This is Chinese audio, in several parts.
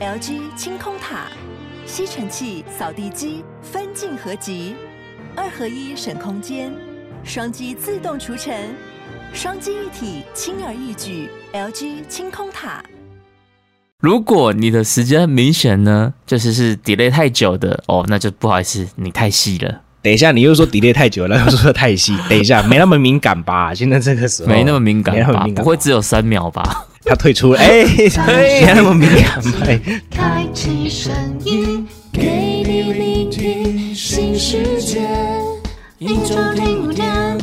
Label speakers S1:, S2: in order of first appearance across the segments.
S1: LG 清空塔、吸尘器、扫地机分镜合集，二合一省空间，双击自动除尘，双击一体轻而易举。LG 清空塔。
S2: 如果你的时间很明显呢，就是是 delay 太久的哦，那就不好意思，你太细了，
S3: 等一下，你又说 delay 太久了， 又说太细。等一下，没那么敏感吧？现在这个时候
S2: 没那么敏感
S3: 没那么
S2: 吧？
S3: 敏感吧，
S2: 不会只有三秒吧？
S3: 他退 出了。哎、没那么敏感吧？哎
S4: 开启声音，给你聆听新世界。一周听五天，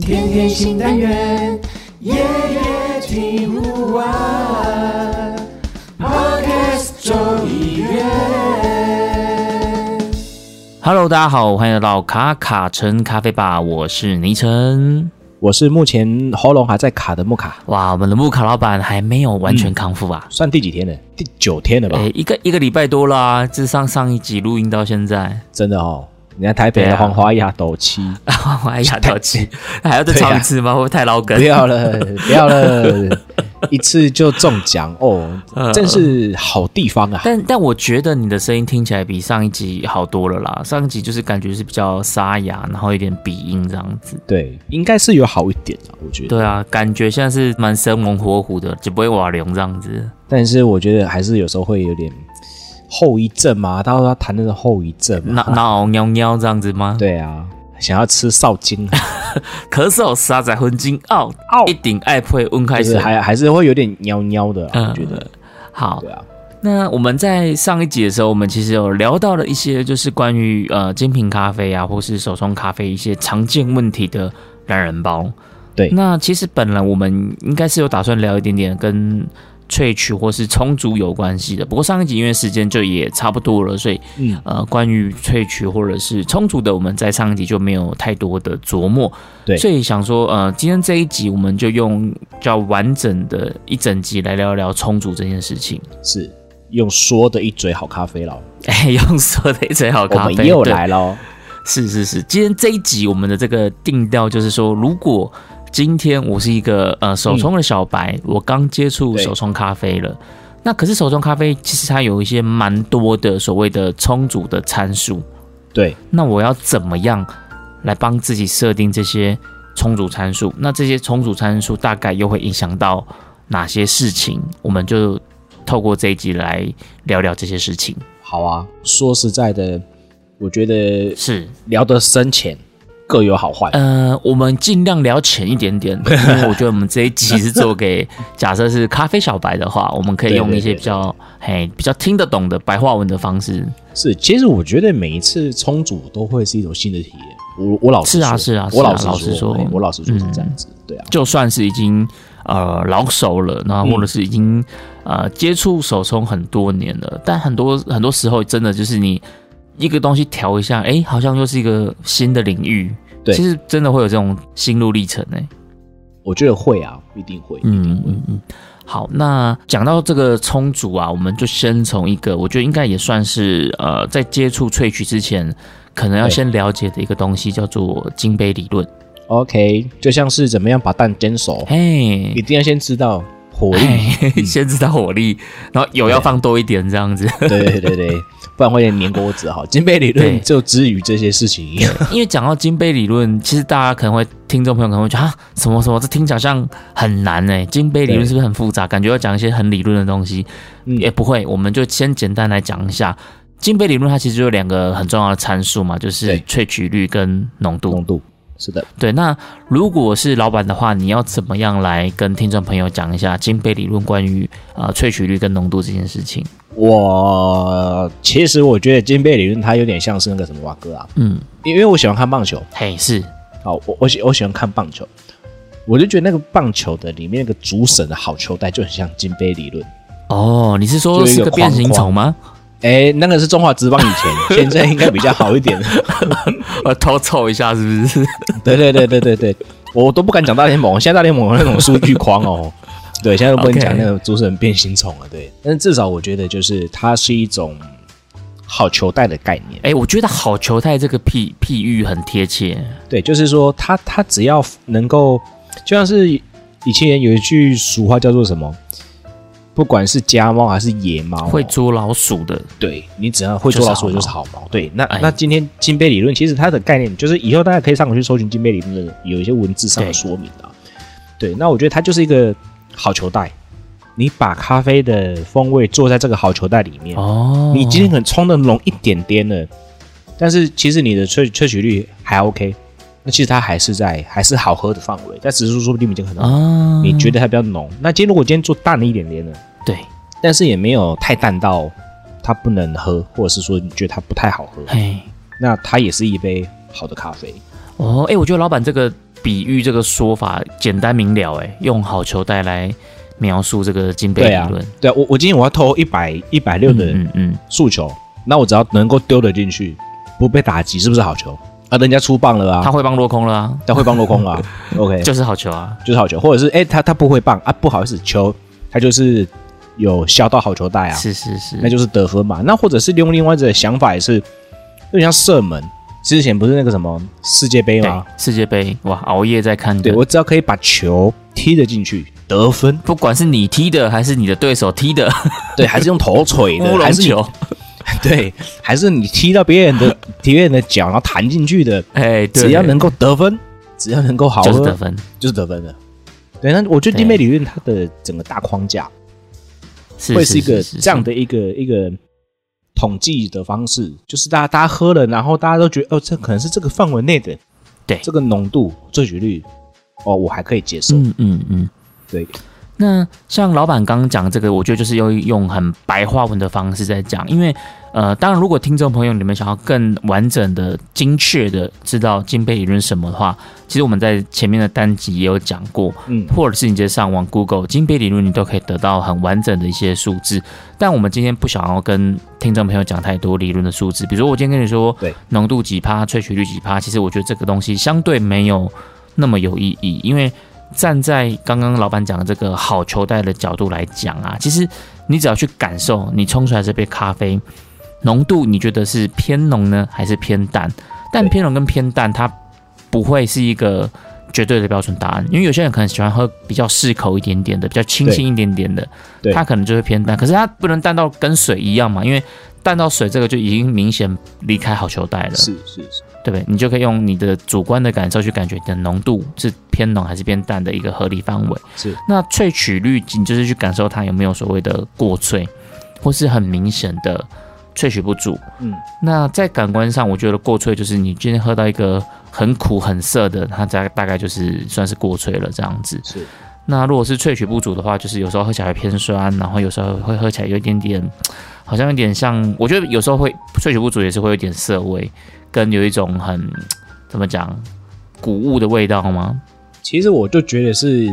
S4: 天天新单元，夜夜听不完。Podcast 周一月。
S2: Hello，大家好，欢迎来到卡卡城咖啡吧，我是倪晨。
S3: 我是目前喉咙还在卡的木卡，
S2: 哇，我们的木卡老板还没有完全康复啊，
S3: 算第几天了？第九天了吧？
S2: 诶、一个一个礼拜多啦、自上上一集录音到现在，
S3: 真的哦，人家台北
S2: 对啊
S3: 的黄花亚斗七，
S2: 啊，我还牙掉气， 还要再唱一次吗？会不会太老梗
S3: 啊不？要了，不要 了，一次就中奖哦，真是好地方啊！
S2: 嗯 但但我觉得你的声音听起来比上一集好多了啦，上一集就是感觉是比较沙哑，然后有点鼻音这样子。
S3: 对，应该是有好一点啊，我觉得。
S2: 对啊，感觉现在是蛮生龙活虎的，就不会瓦龙这样 子。
S3: 但是我觉得还是有时候会有点后遗症嘛，到时候他谈那种后遗症嘛
S2: 那，那喵喵这样子吗？，
S3: 对啊，想要吃少精，
S2: 咳嗽、沙仔、昏金哦
S3: 哦
S2: 一顶爱配温开
S3: 就是
S2: 水。
S3: 还还是会有点喵喵的、
S2: 嗯
S3: 啊，我觉得，
S2: 好
S3: 对，啊，
S2: 那我们在上一集的时候，我们其实有聊到了一些就是关于呃精品咖啡啊，或是手冲咖啡一些常见问题的懒人包。
S3: 对
S2: 那其实本来我们应该是有打算聊一点点跟萃取或是冲煮有关系的，不过上一集因为时间就也差不多了，所以
S3: 嗯，
S2: 呃，关于萃取或者是充足的，我们在上一集就没有太多的琢磨，
S3: 对
S2: 所以想说，呃，今天这一集我们就用比较完整的一整集来聊聊充足这件事情。
S3: 是用说的一嘴好咖啡了，
S2: 哎，用说的一嘴好
S3: 我
S2: 咖啡，
S3: 们又
S2: 对
S3: 来喽，
S2: 是是是，今天这一集我们的这个定调就是说，如果今天我是一个呃手冲的小白，我刚接触
S3: 嗯对
S2: 手冲咖啡了，那可是手冲咖啡其实它有一些蛮多的所谓的冲煮的参数，
S3: 对，
S2: 那我要怎么样来帮自己设定这些冲煮参数？那这些冲煮参数大概又会影响到哪些事情？我们就透过这一集来聊聊这些事情。
S3: 好啊，说实在的，我觉得
S2: 是，
S3: 聊得深浅各有好坏，
S2: 呃，我们尽量聊浅一点点，因为我觉得我们这一集是做给假设是咖啡小白的话，我们可以用一些比较嘿比较听得懂的白话文的方式。
S3: 是，其实我觉得每一次冲煮都会是一种新的体验，我我老实
S2: 是啊
S3: 说
S2: 是啊是啊
S3: 我老实
S2: 老实说
S3: 哎我老实说是
S2: 嗯
S3: 这样子，对啊，
S2: 就算是已经呃老手了，然后或者是已经、呃接触手冲很多年了，但很多很多时候真的就是你一个东西调一下，哎、好像又是一个新的领域。
S3: 对
S2: 其实真的会有这种心路历程哎、
S3: 我觉得会啊，一定会，
S2: 嗯嗯嗯。好，那讲到这个冲煮啊，我们就先从一个我觉得应该也算是呃，在接触萃取之前，可能要
S3: 对
S2: 先了解的一个东西叫做金杯理论。
S3: OK，就像是怎么样把蛋煎熟，
S2: 嘿
S3: 一，定要先知道火力，
S2: 嘿 先知道火力，然后油要放多一点这样子，
S3: 对对对对，不然会有点粘锅子哈。金杯理论
S2: 对
S3: 就之于这些事情一样，
S2: 因为讲到金杯理论，其实大家可能会听众朋友可能会觉得啊，什么什么，这听起来好像很难呢、金杯理论
S3: 对
S2: 是不是很复杂？感觉要讲一些很理论的东西，
S3: 嗯
S2: 也不会，我们就先简单来讲一下金杯理论。它其实有两个很重要的参数嘛，就是
S3: 对
S2: 萃取率跟浓度
S3: 浓。度是的，
S2: 对，那如果是老板的话，你要怎么样来跟听众朋友讲一下金杯理论关于呃萃取率跟浓度这件事情？
S3: 我其实我觉得金杯理论它有点像是那个什么瓦哥啊，
S2: 嗯，
S3: 因为我喜欢看棒球，
S2: 嘿，是
S3: 好，我我喜我喜欢看棒球，我就觉得那个棒球的里面那个主审的好球带就很像金杯理论。
S2: 哦，你是说
S3: 就是一
S2: 个
S3: 个
S2: 变形
S3: 框框
S2: 虫吗？
S3: 哎，那个是中华职棒以前，现在应该比较好一点。
S2: 我偷凑一下是不是？
S3: 对对对对对对，我都不敢讲大联盟，现在大联盟有那种数据框哦。对，现在都不能
S2: OK
S3: 讲那个主持人变形虫了。对，但是至少我觉得就是它是一种好球带的概念。
S2: 哎、我觉得好球带这个譬譬喻很贴切。
S3: 对，就是说它它只要能够，就像是以前有一句俗话叫做什么？不管是家猫还是野猫哦、
S2: 会捉老鼠的，
S3: 对你只要会捉老鼠就是好猫。对，那
S2: 哎
S3: 那今天金杯理论其实它的概念就是以后大家可以上网去搜寻金杯理论的有一些文字上的
S2: 对
S3: 说明啊。对，那我觉得它就是一个好球袋，你把咖啡的风味做在这个好球袋里面，
S2: 哦，
S3: 你今天可能冲的浓一点点了，但是其实你的萃萃取率还 OK，那其实它还是在还是好喝的范围，但只是说说不定已经很浓，
S2: 啊，
S3: 你觉得它比较浓。那今天如果今天做淡了一点点呢？
S2: 对，
S3: 但是也没有太淡到它不能喝，或者是说你觉得它不太好喝，
S2: 嘿，
S3: 那它也是一杯好的咖啡。
S2: 哦，哎、我觉得老板这个比喻这个说法简单明了，哎，用好球带来描述这个金杯
S3: 对
S2: 理
S3: 啊
S2: 论，，
S3: 对啊，我我今天我要投一百一百六的
S2: 嗯嗯
S3: 诉求，那我只要能够丢得进去，不被打击，是不是好球？啊，人家出棒了
S2: 嗯，他
S3: 啊，
S2: 会帮落空了啊，
S3: 他会帮落 空了啊，OK，
S2: 就是好球啊，
S3: 就是好球，或者是哎、他他不会棒啊，不好意思，球他就是有削到好球带啊，
S2: 是是是，
S3: 那就是得分嘛。那或者是用另外一种想法也是，就像射门，之前不是那个什么世界杯吗
S2: 对？世界杯哇，熬夜在看的，
S3: 对我只要可以把球踢得进去，得分。
S2: 不管是你踢的还是你的对手踢的
S3: 对，还是用头 锤
S2: 乌
S3: 的，还
S2: 龙
S3: 是你
S2: 球，
S3: 对，还是你踢到别人的 别人的脚，然后弹进去的，
S2: 哎，对
S3: 只要能够得分，只要能够好
S2: 就是
S3: 喝
S2: 得，分，
S3: 就是得分的。对，那我觉得
S2: 对
S3: 弟妹理论它的整个大框架
S2: 是
S3: 会是一个这样
S2: 的，
S3: 的一个一个统计的方式，就是大家大家喝了，然后大家都觉得哦，这可能是这个范围内的，
S2: 对
S3: 这个浓度萃取率，哦，我还可以接受。
S2: 嗯嗯嗯。
S3: 对，
S2: 那像老板刚刚讲这个，我觉得就是要用很白话文的方式在讲，因为呃，当然如果听众朋友你们想要更完整的、精确的知道金杯理论是什么的话，其实我们在前面的单集也有讲过，
S3: 嗯，
S2: 或者是你直接上网 Google 金杯理论，你都可以得到很完整的一些数字。但我们今天不想要跟听众朋友讲太多理论的数字，比如说我今天跟你说
S3: 对
S2: 浓度几趴、萃取率几趴，其实我觉得这个东西相对没有那么有意义，因为站在刚刚老板讲的这个好球袋的角度来讲啊，其实你只要去感受你冲出来这杯咖啡浓度，你觉得是偏浓呢，还是偏淡？但
S3: 对
S2: 偏浓跟偏淡，它不会是一个绝对的标准答案，因为有些人可能喜欢喝比较适口一点点的，比较清新一点点的
S3: 对，
S2: 它可能就会偏淡。可是它不能淡到跟水一样嘛，因为淡到水这个就已经明显离开好球袋了，
S3: 是是是，
S2: 对不对？你就可以用你的主观的感受去感觉你的浓度是偏浓还是偏淡的一个合理范围。
S3: 是
S2: 那萃取率，你就是去感受它有没有所谓的过萃，或是很明显的萃取不足。
S3: 嗯，
S2: 那在感官上，我觉得过萃就是你今天喝到一个很苦很涩的，它大大概就是算是过萃了这样子。
S3: 是
S2: 那如果是萃取不足的话，就是有时候喝起来会偏酸，然后有时候会喝起来有一点点，好像有点像，我觉得有时候会萃取不足也是会有点涩味，跟有一种很怎么讲谷物的味道吗？
S3: 其实我就觉得是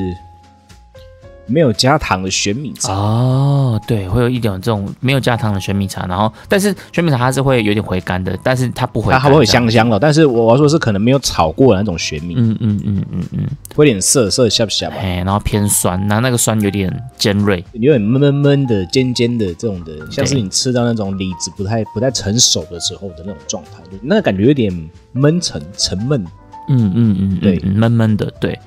S3: 没有加糖的玄米茶，
S2: 哦，对，会有一点这种没有加糖的玄米茶，然后但是玄米茶它是会有点回甘的，但是它不回
S3: 它
S2: 甘，
S3: 还会香香的，但是我要说是可能没有炒过的那种玄米，
S2: 嗯嗯嗯嗯嗯，
S3: 会有点涩涩下不下吧，
S2: 哎，然后偏酸，然后那个酸有点尖锐，
S3: 有点闷闷闷的、尖尖的这种的，像是
S2: 对
S3: 你吃到那种李子不太不太成熟的时候的那种状态，就那感觉有点闷沉、沉闷。
S2: 嗯嗯嗯，
S3: 对
S2: 嗯嗯闷闷的，对。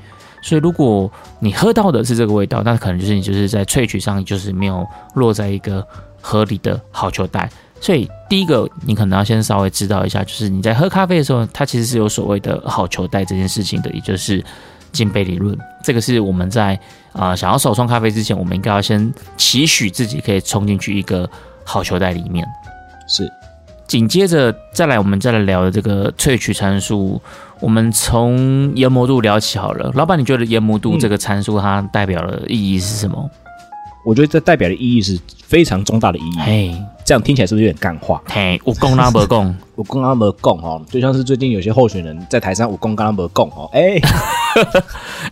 S2: 所以如果你喝到的是这个味道，那可能就是你就是在萃取上就是没有落在一个合理的好球带。所以第一个，你可能要先稍微知道一下，就是你在喝咖啡的时候，它其实是有所谓的好球带这件事情的，也就是金杯理论。这个是我们在啊、呃想要手冲咖啡之前，我们应该要先期许自己可以冲进去一个好球带里面。
S3: 是
S2: 紧接着再来，我们再来聊的这个萃取参数，我们从研磨度聊起好了。老板，你觉得研磨度
S3: 嗯
S2: 这个参数它代表的意义是什么？
S3: 我觉得这代表的意义是非常重大的意义。
S2: 嘿，
S3: 这样听起来是不是有点干话？
S2: 嘿，我供那不 供？
S3: 我刚刚没供哦，就像是最近有些候选人在台上，我刚刚没供哦， 哎、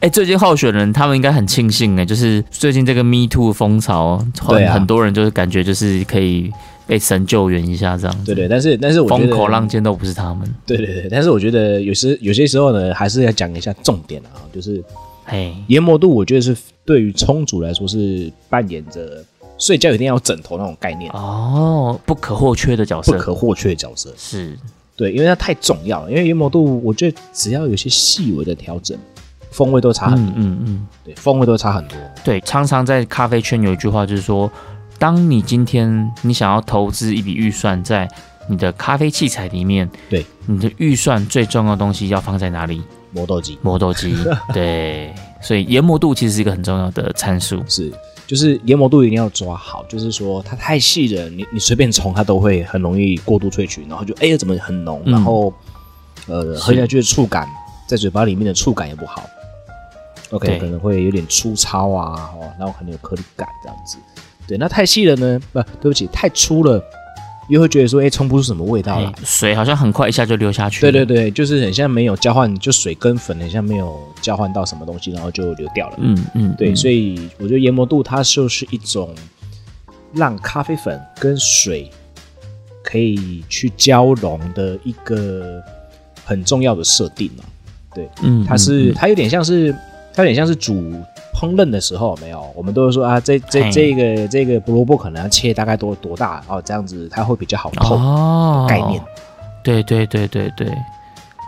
S2: 哎，最近候选人他们应该很庆幸哎，就是最近这个 Me Too 风潮，
S3: 对
S2: 很
S3: 啊
S2: 很多人就是感觉就是可以被神救援一下这样子。
S3: 对对，但是但是我觉
S2: 风
S3: 得
S2: 口浪尖都不是他们。
S3: 对对对，但是我觉得有时有些时候呢，还是要讲一下重点啊，就是
S2: 嘿，
S3: 研磨度，我觉得是对于冲煮来说是扮演着睡觉一定要有枕头那种概念，啊
S2: 哦，不可或缺的角
S3: 不
S2: 色
S3: 可或缺的角色。
S2: 是
S3: 对，因为它太重要了，因为研磨度，我觉得只要有些细微的调整，风味都差很多，
S2: 嗯嗯嗯，
S3: 对，风味都差很多。
S2: 对，常常在咖啡圈有一句话就是说，当你今天你想要投资一笔预算在你的咖啡器材里面，
S3: 对，
S2: 你的预算最重要的东西要放在哪里？
S3: 磨豆机
S2: 磨豆机， 对，所以研磨度其实是一个很重要的参数。
S3: 是，就是研磨度一定要抓好，就是说它太细了，你你随便冲它都会很容易过度萃取，然后就哎呀怎么很浓，
S2: 嗯
S3: 然后、呃喝下去的触感在嘴巴里面的触感也不好。
S2: 对
S3: OK，可能会有点粗糙啊，哦，然后可能有颗粒感这样子。对，那太细了呢，不、对不起，太粗了，又会觉得说，哎，冲不出什么味道来
S2: 哎。水好像很快一下就流下去。
S3: 对对，对，就是很像没有交换，就水跟粉很像没有交换到什么东西，然后就流掉了。
S2: 嗯嗯，
S3: 对，
S2: 嗯
S3: 所以我觉得研磨度它就是一种让咖啡粉跟水可以去交融的一个很重要的设定啊。对，
S2: 嗯，
S3: 它是
S2: 嗯
S3: 它有点像是它有点像是煮烹饪的时候有没有，我们都会说啊，这这
S2: 嘿
S3: 这个这个胡萝卜可能要切大概多多大哦，这样子它会比较好
S2: 嗯
S3: 透。
S2: 哦
S3: 概念。
S2: 对对对对对，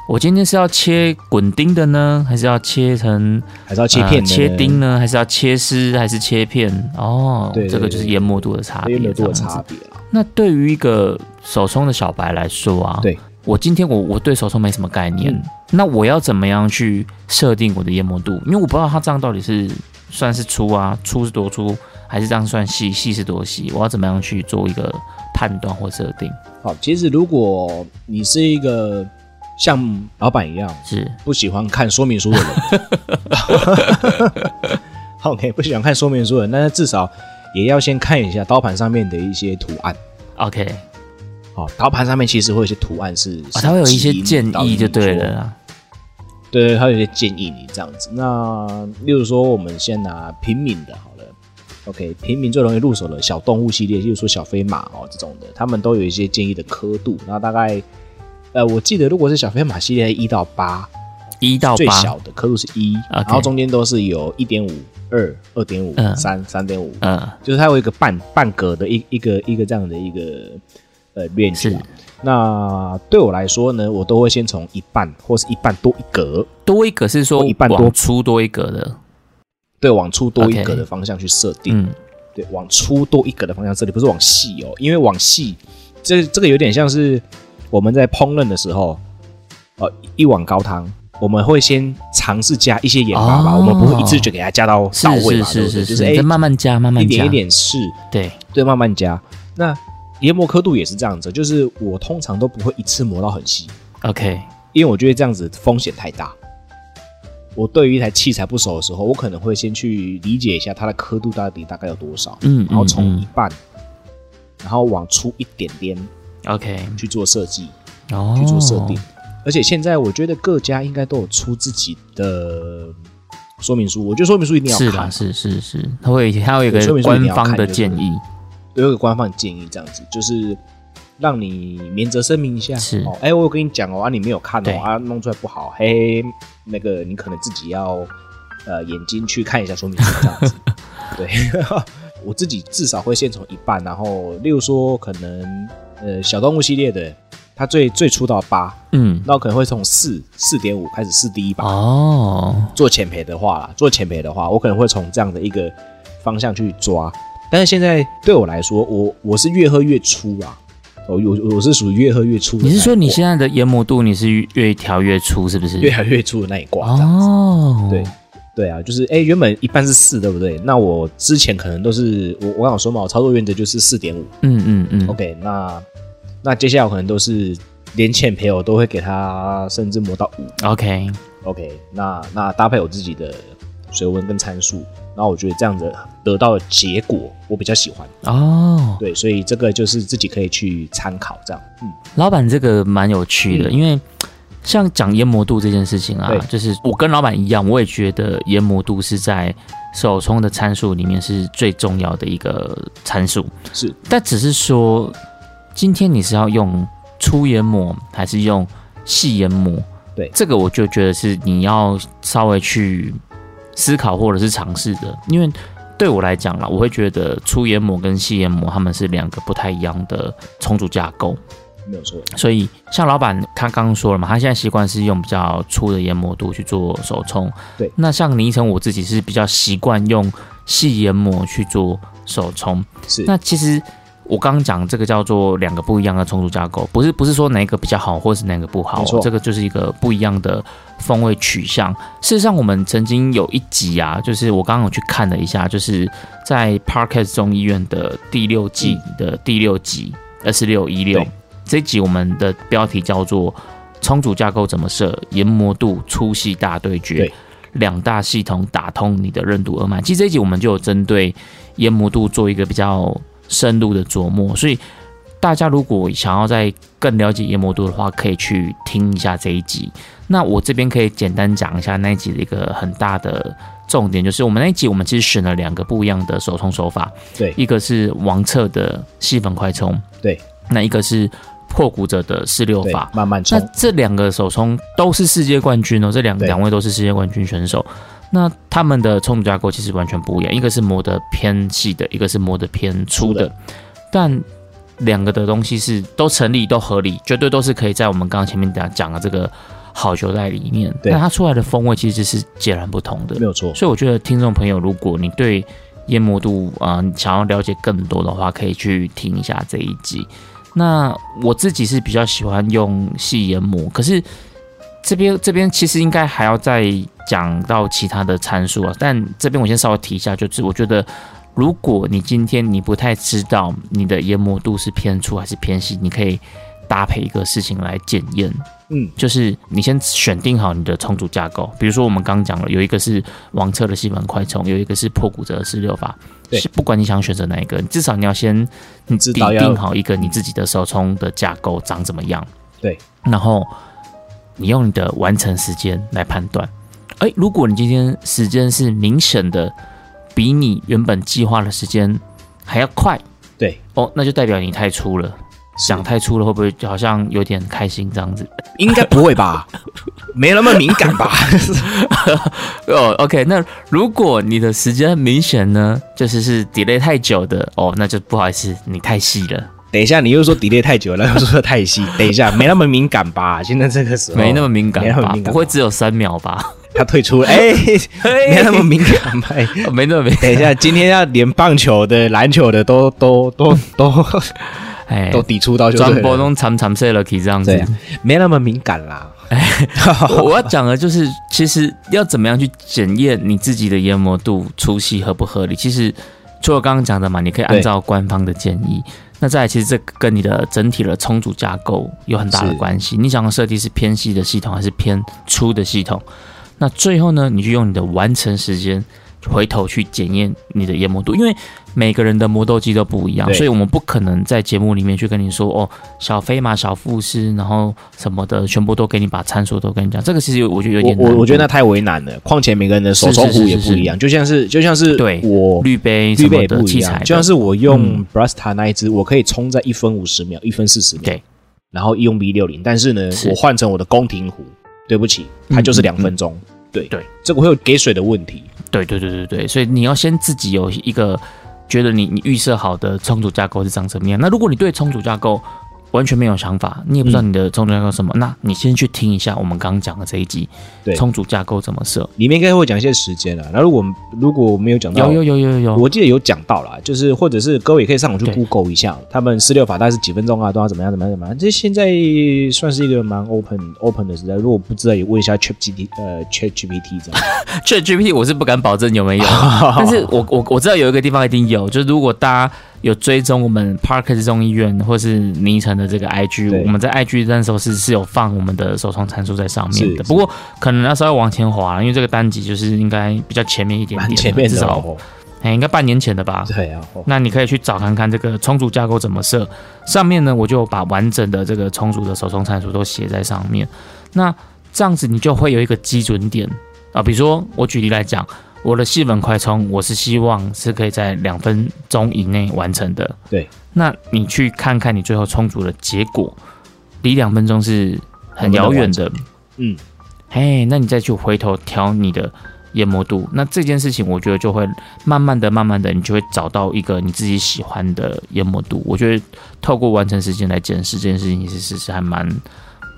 S2: 我今天是要切滚丁的呢，还是要切成
S3: 还是要切片
S2: 呃
S3: 的、
S2: 切丁呢，还是要切丝，还是切片？哦，
S3: 对对
S2: 这个就是
S3: 对
S2: 研磨度的差别。
S3: 研磨度的
S2: 这样子
S3: 差别啊。
S2: 那对于一个手冲的小白来说啊，
S3: 对
S2: 我今天我我对手冲没什么概念，
S3: 嗯
S2: 那我要怎么样去设定我的研磨度？因为我不知道它这样到底是算是粗啊，粗是多粗，还是这样算细，细是多细？我要怎么样去做一个判断或设定？
S3: 好，其实如果你是一个像老板一样
S2: 是
S3: 不喜欢看说明书的人 ，OK，不喜欢看说明书的人，但是至少也要先看一下刀盘上面的一些图案。
S2: OK
S3: 哦，刀盘上面其实会有一些图案是，
S2: 啊，它会有一些
S3: 是指引
S2: 建
S3: 导
S2: 议
S3: 你
S2: 就对
S3: 说
S2: 了啦。
S3: 对，他有些建议你这样子。那例如说，我们先拿平民的好了，OK，平民最容易入手的小动物系列，例如说小飞马哦这种的，他们都有一些建议的刻度。那大概，呃，我记得如果是小飞马系列一到八，
S2: 一到
S3: 最
S2: 八，
S3: 小的刻度是一，然后中间都是有一点五、二、二点五、
S2: 嗯
S3: 三、三点五，
S2: 嗯，
S3: 就是它有一个半半格的一一个一个这样的一个呃 range 啊。那对我来说呢，我都会先从一半或是一半多一格。
S2: 多一个是说
S3: 多一半多
S2: 往粗多一个的，
S3: 对，往粗多一格
S2: OK
S3: 的方向去设定。
S2: 嗯，
S3: 对，往粗多一格的方向设定，不是往细哦，因为往细，这这个有点像是我们在烹饪的时候，呃，一碗高汤，我们会先尝试加一些盐巴吧，
S2: 哦
S3: 我们不会一次就给它加到到
S2: 是
S3: 位
S2: 是
S3: 嘛，
S2: 是
S3: 对不对
S2: 是
S3: 就是
S2: 是，再
S3: 哎，
S2: 慢慢加，慢慢
S3: 一
S2: 加，
S3: 点一点试，
S2: 对，
S3: 对，慢慢加。那研磨刻度也是这样子，就是我通常都不会一次磨到很细，
S2: OK，
S3: 因为我觉得这样子风险太大。我对于一台器材不熟的时候，我可能会先去理解一下它的刻度到底大概有多少，
S2: 嗯
S3: 然后
S2: 嗯
S3: 从
S2: 嗯
S3: 一半，然后往出一点点
S2: OK，
S3: 去做设计，
S2: 嗯哦，
S3: 去做设定。而且现在我觉得各家应该都有出自己的说明书，我觉得说明书一定
S2: 是
S3: 要
S2: 啦，
S3: 看，
S2: 是是是，它会它会有一
S3: 对说
S2: 个
S3: 明书一
S2: 官
S3: 定要
S2: 方的
S3: 看就是
S2: 建议，
S3: 有一个官方建议这样子，就是让你免责声明一下，
S2: 是
S3: 哦，哎、我跟你讲哦，啊，你没有看
S2: 对
S3: 哦，啊，弄出来不好，嘿，那个你可能自己要呃眼睛去看一下说明书这样 子，对， 我自己至少会先从一半，然后例如说可能呃小动物系列的，它最最初到八，
S2: 嗯，
S3: 那我可能会从四四点五开始试第一把，
S2: 哦，
S3: 做浅培的话啦，做浅培的话，我可能会从这样的一个方向去抓。但是现在对我来说，我我是越喝越粗啊啦，我我我是属于越喝越粗的那一
S2: 你
S3: 挂。
S2: 是说你现在的研磨度你是越调越粗是不是？
S3: 越来越粗的那一挂？这样子。
S2: 哦，
S3: 对对啊，就是哎、诶原本一般是四，对不对？那我之前可能都是我我刚有说嘛，我操作原则就是四点五。
S2: 嗯嗯嗯
S3: OK，那那接下来我可能都是连浅培我都会给它甚至磨到五。
S2: ，OK，
S3: OK，那那搭配我自己的水温跟参数，然后我觉得这样子得到的结果我比较喜欢。
S2: 哦，
S3: 对，所以这个就是自己可以去参考这样。嗯，
S2: 老板这个蛮有趣的，
S3: 嗯
S2: 因为。像讲研磨度这件事情啊
S3: 对，
S2: 就是我跟老板一样，我也觉得研磨度是在手冲的参数里面是最重要的一个参数。
S3: 是
S2: 但只是说，今天你是要用粗研磨还是用细研磨？
S3: 对
S2: 这个我就觉得是你要稍微去思考或者是尝试的，因为对我来讲啦，我会觉得粗研磨跟细研磨它们是两个不太一样的重组架构。
S3: 没有错。
S2: 所以像老板他刚刚说了嘛，他现在习惯是用比较粗的研磨度去做手冲。
S3: 对
S2: 那像倪晨我自己是比较习惯用细研磨去做手冲。
S3: 是
S2: 那其实我刚刚讲这个叫做两个不一样的冲煮架构，不是不是说哪一个比较好，或是哪个不好哦
S3: 没错，
S2: 这个就是一个不一样的风味取向。事实上，我们曾经有一集啊，就是我刚刚有去看了一下，就是在 Parkes 中医院的第六季的第六集二四六一六
S3: 嗯对
S2: 这一集，我们的标题叫做“冲煮架构怎么设，研磨度粗细大对决”
S3: 对
S2: 两大系统打通你的任督二脉。其实这一集我们就有针对研磨度做一个比较深入的琢磨，所以大家如果想要再更了解研磨度的话，可以去听一下这一集。那我这边可以简单讲一下那一集的一个很大的重点，就是我们那一集我们其实选了两个不一样的手冲手法，
S3: 对
S2: 一个是王策的细粉快冲，
S3: 对，
S2: 那一个是破骨者的四六
S3: 对
S2: 法，，
S3: 慢慢
S2: 那
S3: 冲，
S2: 这两个手冲都是世界冠军哦，这两
S3: 对
S2: 两位都是世界冠军选手。那他们的冲煮架构其实完全不一样，一个是磨的偏细的，一个是磨的偏粗的
S3: 粗的，
S2: 但两个的东西是都成立、都合理，绝对都是可以在我们刚刚前面讲讲的这个好球袋里面。
S3: 对
S2: 那它出来的风味其实是截然不同的
S3: 没。有错。
S2: 所以我觉得听众朋友，如果你对研磨度啊、呃想要了解更多的话，可以去听一下这一集。那我自己是比较喜欢用细研磨，可是这边这边其实应该还要再讲到其他的参数啊，但这边我先稍微提一下，就是我觉得。如果你今天你不太知道你的研磨度是偏粗还是偏细，你可以搭配一个事情来检验，
S3: 嗯，
S2: 就是你先选定好你的冲煮架构，比如说我们刚刚讲了，有一个是王策的细板快冲，有一个是破骨折的四六法。
S3: 对
S2: 是不管你想选择哪一个，至少你要先你
S3: 知
S2: 底
S3: 道要
S2: 定好一个你自己的手冲的架构长怎么样。
S3: 对，
S2: 然后你用你的完成时间来判断。哎，如果你今天时间是明显的比你原本计划的时间还要快，
S3: 对，
S2: 哦，那就代表你太粗了。
S3: 是
S2: 想太粗了，会不会好像有点开心这样子？
S3: 应该不会吧？ 没那么敏感吧？
S2: 哦，OK，那如果你的时间很明显呢，就是是 delay 太久的哦，那就不好意思，你太细了，
S3: 等一下，你又说 delay 太久了，又说太细。等一下，没那么敏感吧？现在这个时候
S2: 没那么敏感
S3: 没那么
S2: 吧？
S3: 敏感吧，
S2: 不会只有三秒 吧？
S3: 他退出 了，哎、没那么敏感吧？哎
S2: 没那么敏，
S3: 等一下，今天要连棒球的、篮球的都都都都
S2: 哎
S3: 都，抵触到就对了
S2: 转播中长长 s e l 这样
S3: 这
S2: 子
S3: 样。，没那么敏感啦。
S2: 我我要讲的就是，其实要怎么样去检验你自己的研磨度粗细合不合理？其实除了刚刚讲的嘛，你可以按照官方的建议。那再来，其实这跟你的整体的充足架构有很大的
S3: 是
S2: 关系。你想要设计是偏细的系统还是偏粗的系统？那最后呢，你就用你的完成时间回头去检验你的研磨度，因为每个人的磨豆机都不一样，
S3: 对
S2: 所以我们不可能在节目里面去跟你说哦，小飞马、小富士，然后什么的，全部都给你把参数都跟你讲。这个其实我觉得有
S3: 我
S2: 点难
S3: 我
S2: 度
S3: 我觉得那太为难了。况且每个人的手冲壶也不一样，就像是就像是
S2: 对
S3: 我
S2: 滤杯什
S3: 滤杯
S2: 么
S3: 也
S2: 的
S3: 不一
S2: 器材
S3: 样，
S2: 的，
S3: 就像是我用
S2: 嗯
S3: Brasta 那一支，我可以冲在一分五十秒、一分四十秒，
S2: 对，
S3: 然后用 B 六零，但是呢，
S2: 是
S3: 我换成我的宫廷壶，对不起，它就是
S2: 嗯嗯
S3: 两分钟。对
S2: 对，
S3: 这个会有给水的问题。
S2: 对对对对对，所以你要先自己有一个觉得你你预设好的充足架构是长什么样。那如果你对充足架构完全没有想法，你也不知道你的充足架构是什么，那你先去听一下我们刚刚讲的这一集，
S3: 对
S2: 充足架构怎么设。
S3: 里面应该会讲一些时间啦。那如果如果没有讲到，
S2: 有有有有有有，
S3: 我记得有讲到啦，就是或者是各位也可以上网去
S2: 哦对
S3: Google 一下，他们四六法大概是几分钟啊，都要怎么样怎么样怎么样。这现在算是一个蛮 open open 的时代，如果不知道也问一 下 Chat GPT 呃 Chat GPT 这样。
S2: Chat GPT 我是不敢保证有没 有，但是我我我知道有一个地方一定有，就是如果大家有追踪我们 Parkes 众议院或是尼城的这个 IG，
S3: 对
S2: 我们在 IG 那时候是是有放我们的首创参数在上面
S3: 是
S2: 的，
S3: 是
S2: 不过可能要稍微往前滑，因为这个单集就是应该比较前面一点
S3: 蛮
S2: 点，
S3: 前面
S2: 至
S3: 的
S2: 少
S3: 哦，
S2: 哎、应该半年前的吧。
S3: 对啊，哦
S2: 那你可以去找看看这个充足架构怎么设。上面呢，我就把完整的这个充足的手冲参数都写在上面。那这样子你就会有一个基准点啊。比如说，我举例来讲，我的细粉快充，我是希望是可以在两分钟以内完成的。
S3: 对，
S2: 那你去看看你最后充足的结果，离两分钟是很遥远的。
S3: 嗯，
S2: 哎，那你再去回头调你的研磨度。那这件事情，我觉得就会慢慢的、慢慢的，你就会找到一个你自己喜欢的研磨度。我觉得透过完成时间来检视这件事情，其实是还蛮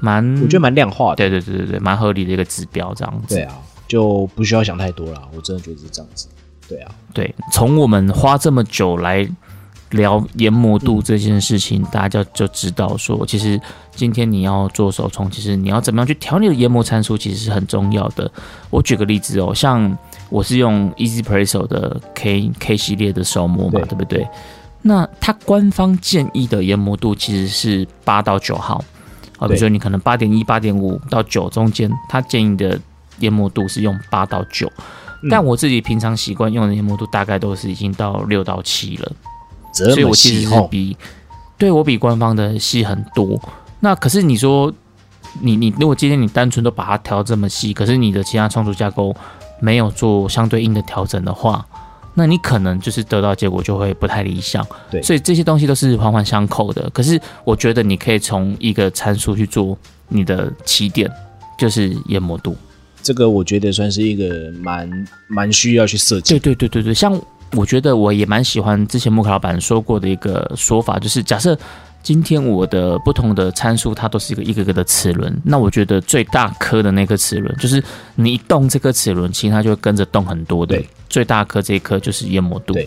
S2: 蛮，
S3: 我觉得蛮量化的。
S2: 对对对对对，蛮合理的一个指标这样子。
S3: 对啊，就不需要想太多啦，我真的觉得是这样子。对啊，
S2: 对，从我们花这么久来聊研磨
S3: 嗯
S2: 度这件事情，大家就就知道说，其实今天你要做手冲，其实你要怎么样去调你的研磨参数，其实是很重要的。我举个例子哦，像我是用 Easy Presso 的 K K 系列的手磨嘛，
S3: 对
S2: 对不对？那它官方建议的研磨度其实是八到九号，啊，比
S3: 对
S2: 如说你可能八点一、八点五到九中间，它建议的研磨度是用八到九。但我自己平常习惯用的研磨度大概都是已经到六到七了，
S3: 这
S2: 所以
S3: 么
S2: 我其
S3: 细
S2: 实是
S3: 哦，
S2: 比对我比官方的细很多。那可是你说，你你如果今天你单纯都把它调这么细，可是你的其他冲突架构没有做相对应的调整的话，那你可能就是得到结果就会不太理想。
S3: 对
S2: 所以这些东西都是环环相扣的。可是我觉得你可以从一个参数去做你的起点，就是研磨度。
S3: 这个我觉得算是一个蛮蛮需要去设计
S2: 对对对对对，像我觉得我也蛮喜欢之前木卡老板说过的一个说法，就是假设今天我的不同的参数它都是一个一个个的齿轮，那我觉得最大颗的那颗齿轮，就是你一动这颗齿轮，其实它就会跟着动很多的
S3: 对。
S2: 最大颗这一颗就是研磨度。
S3: 对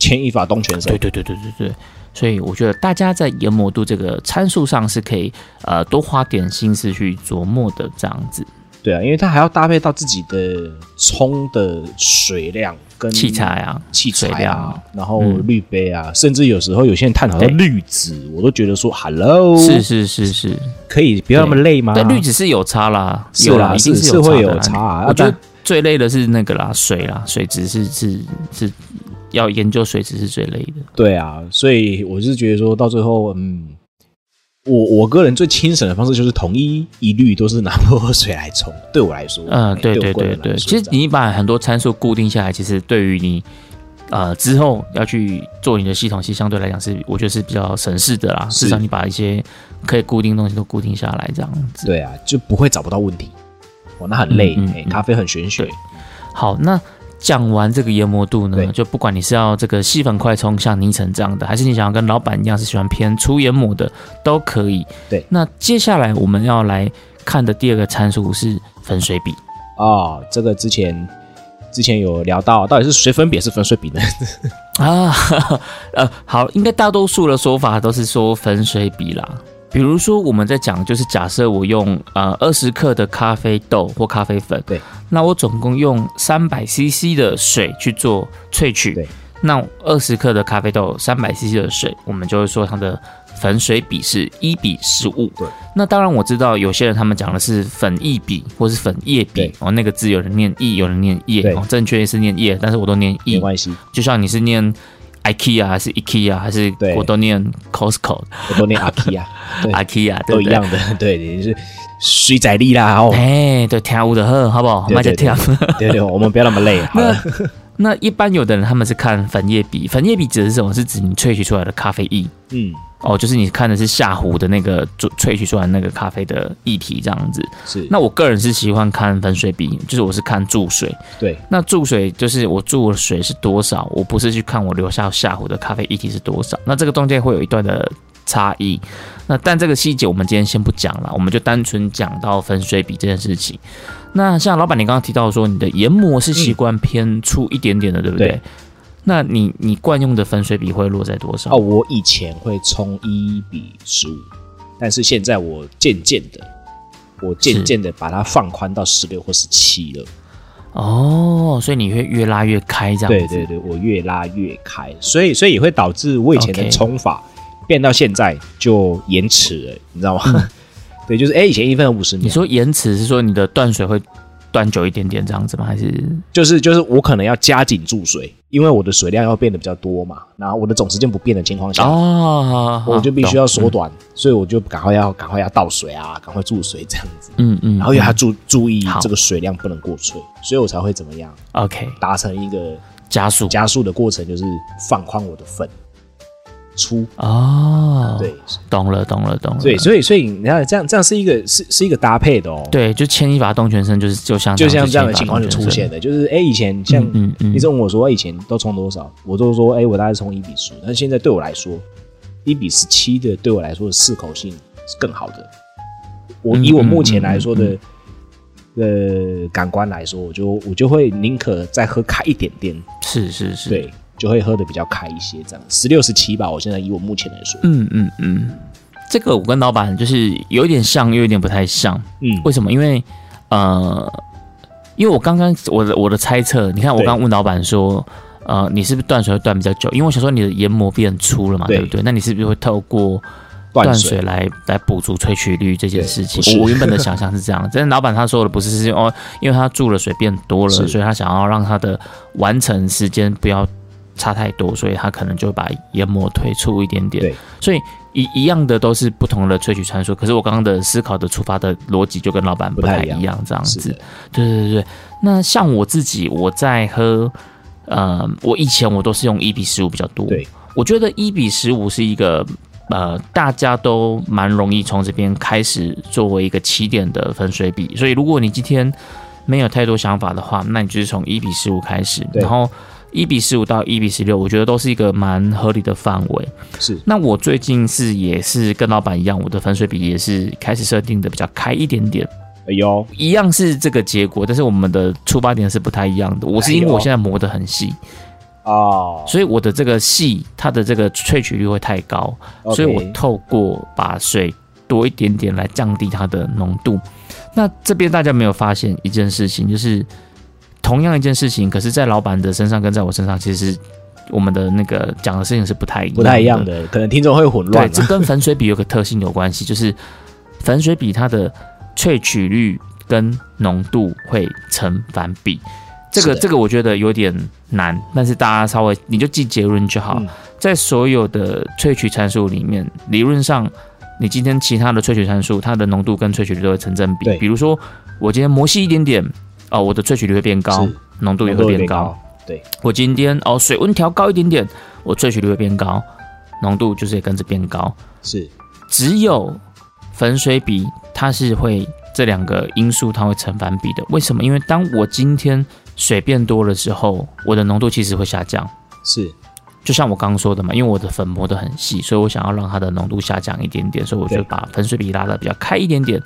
S3: 牵一发动全身
S2: 对。对对对对对。所以我觉得大家在研磨度这个参数上是可以呃多花点心思去琢磨的这样子。
S3: 对啊，因为它还要搭配到自己的冲的水量跟
S2: 器材啊，
S3: 器材
S2: 水量啊
S3: 啊，然后滤杯啊，甚至有时候有些人探讨到
S2: 对
S3: 滤纸，我都觉得说，Hello，
S2: 是是是是。
S3: 可以不要那么累吗？
S2: 但绿纸是有差啦，
S3: 啊是
S2: 有
S3: 啦
S2: 啦，一定
S3: 是
S2: 有
S3: 是
S2: 差
S3: 会
S2: 的啦
S3: 有差啊
S2: 我觉得
S3: 但
S2: 最累的是那个啦，水啦，水质是是是要研究水质是最累的。
S3: 对啊，所以我是觉得说到最后，嗯，我我个人最轻省的方式就是统一一律都是拿薄荷水来冲。 对我来说，
S2: 嗯，
S3: 哎
S2: 对对
S3: 对我个
S2: 对
S3: 人来
S2: 对，
S3: 说
S2: 其实
S3: 这样
S2: 你把很多参数固定下来，其实对于你呃之后要去做你的系统，其实相对来讲是我觉得是比较省事的啦。
S3: 是
S2: 至少你把一些可以固定的东西都固定下来，这样子。
S3: 对啊，就不会找不到问题。哦，那很累，
S2: 嗯嗯
S3: 哎
S2: 嗯
S3: 咖啡很玄学
S2: 对，好，那讲完这个研磨度呢
S3: 对，
S2: 就不管你是要这个细粉快冲像凝成这样的，还是你想要跟老板一样是喜欢偏粗研磨的，都可以。
S3: 对
S2: 那接下来我们要来看的第二个参数是粉水比。
S3: 哦，这个之前之前有聊到，到底是谁分别是粉水比呢？
S2: 啊， 呃，好，应该大多数的说法都是说粉水比啦。比如说我们在讲，就是假设我用呃二十克的咖啡豆或咖啡粉，
S3: 对，
S2: 那我总共用三百 CC 的水去做萃取，
S3: 对，
S2: 那二十克的咖啡豆，三百 CC 的水，我们就会说它的粉水比是一比十五，
S3: 对。
S2: 那当然我知道有些人他们讲的是粉液比或是粉液比
S3: 对，
S2: 哦，那个字有人念液，有人念液，
S3: 对
S2: 哦，正确是念液，但是我都念
S3: 没
S2: 液，
S3: 关系，
S2: 就像你是念 IKEA 还是 IKEA 还是
S3: 对
S2: 我都念 Costco、
S3: 我都念阿 P 啊，对
S2: IKEA 对
S3: 都
S2: 不
S3: 一
S2: 对？
S3: 样的，对，你是水仔力啦，哦，
S2: 哎，对，跳舞的很，好不好？
S3: 对
S2: 卖家
S3: 对对
S2: 跳。
S3: 对对，我们不要那么累，啊好了，
S2: 那一般有的人他们是看粉液比，粉液比指的是什么？是指你萃取出来的咖啡液
S3: 嗯，
S2: 哦，就是你看的是下壶的那个萃萃取出来那个咖啡的液体这样子。
S3: 是，
S2: 那我个人是喜欢看粉水比，就是我是看注水。
S3: 对，
S2: 那注水就是我注的水是多少，我不是去看我留下下壶的咖啡液体是多少。那这个中间会有一段的差异。那但这个细节我们今天先不讲了，我们就单纯讲到粉水比这件事情。那像老板，你刚刚提到说你的研磨是习惯偏粗一点点的，对不对？
S3: 对
S2: 那你你惯用的粉水比会落在多少？
S3: 哦，我以前会冲一比十五，但是现在我渐渐的，我渐渐的把它放宽到十六或十七了。
S2: 哦，所以你会越拉越开这样
S3: 对
S2: 子。
S3: 对对，我越拉越开，所以所以也会导致我以前的
S2: OK
S3: 冲法变到现在就延迟了，你知道吗？ 对，就是哎、以前一分五十
S2: 嗯你
S3: 秒，
S2: 说延迟是说你的断水会断久一点点这样子吗？还是
S3: 就是就是我可能要加紧注水，因为我的水量要变得比较多嘛，然后我的总时间不变的情况下，
S2: 哦，
S3: 我就必须要
S2: 懂
S3: 缩短，所以我就赶快要赶快要倒水啊，赶快注水这样子。
S2: 嗯嗯，
S3: 然后也要注注意
S2: 好
S3: 这个水量不能过萃，所以我才会怎么样
S2: OK
S3: 达成一个
S2: 加速
S3: 加速的过程，就是放宽我的粉。出。
S2: 哦，
S3: 对，
S2: 懂了，懂了，懂了。
S3: 对，所以所以你看，这样这样是一个是是一个搭配的哦。
S2: 对，就牵一发动全身，就是就像
S3: 就像
S2: 是
S3: 这样的
S2: 牵
S3: 情
S2: 一发
S3: 况就
S2: 动
S3: 出
S2: 全身
S3: 现。了，就是哎，以前像
S2: 嗯嗯嗯
S3: 你问我说哎以前都冲多少，我都说哎，我大概冲一比十，但现在对我来说，一比十七的对我来说的适口性是更好的。我
S2: 嗯
S3: 以我
S2: 嗯嗯
S3: 目前来说
S2: 嗯
S3: 的呃感官来说，我就我就会宁可再喝开一点点，
S2: 是是是，，
S3: 对，就会喝的比较开一些，这样十六十七吧。我现在以我目前来说，
S2: 嗯嗯嗯，这个我跟老板就是有一点像，又有一点不太像。
S3: 嗯，
S2: 为什么？因为呃，因为我刚刚我的我的猜测，你看我
S3: 对
S2: 刚刚问老板说，呃，你是不是断水会断比较久？因为我想说你的研磨变粗了嘛，
S3: 对
S2: 对不对？那你是不是会透过
S3: 断
S2: 断
S3: 水
S2: 水来来补足萃取率这件
S3: 对
S2: 事
S3: 不是
S2: 情？我我原本的想象是这 样，但是老板他说的不是是哦，因为他注了水变多了，
S3: 是
S2: 所以他想要让他的完成时间不要差太多，所以他可能就会把研磨推出一点点。
S3: 对，
S2: 所以一一样的都是不同的萃取参数，可是我刚刚的思考的出发的逻辑就跟老板
S3: 不
S2: 不
S3: 太
S2: 太
S3: 一样
S2: 一样，这样
S3: 是
S2: 子
S3: 的。，
S2: 对对对对。那像我自己，我在喝，呃，我以前我都是用一比十五比较多。
S3: 对，
S2: 我觉得一比十五是一个呃，大家都蛮容易从这边开始作为一个起点的分水比。所以如果你今天没有太多想法的话，那你就是从一比十五开始，
S3: 对
S2: 然后一比十五到一比十六，我觉得都是一个蛮合理的范围。
S3: 是
S2: 那我最近是也是跟老板一样，我的分水比也是开始设定的比较开一点点，
S3: 哎呦，
S2: 一样是这个结果，但是我们的出发点是不太一样的。我是因为
S3: 哎呦
S2: 我现在磨得很细，
S3: 哎哦，
S2: 所以我的这个细它的这个萃取率会太高，
S3: OK
S2: 所以我透过把水多一点点来降低它的浓度。那这边大家没有发现一件事情，就是同样一件事情，可是在老板的身上跟在我身上，其实我们的那个讲的事情是不太一样的，
S3: 不太一样的，可能听众会混
S2: 对，
S3: 乱啊。
S2: 这跟粉水比有个特性有关系，就是粉水比它的萃取率跟浓度会成反比。这
S3: 是
S2: 个
S3: 的
S2: 这个我觉得有点难，但是大家稍微你就记结论就好。
S3: 嗯
S2: 在所有的萃取参数里面，理论上你今天其他的萃取参数，它的浓度跟萃取率都会成正比
S3: 对。
S2: 比如说我今天磨细一点点，哦，我的萃取率会变高
S3: 是，
S2: 浓度也会变高。，我今天哦水温调高一点点，我萃取率会变高，浓度就是也跟着变高。
S3: 是
S2: 只有粉水比，它是会这两个因素它会成反比的。为什么？因为当我今天水变多的时候，我的浓度其实会下降。
S3: 是
S2: 就像我刚刚说的嘛，因为我的粉磨得很细，所以我想要让它的浓度下降一点点，所以我就
S3: 对
S2: 把粉水比拉得比较开一点点。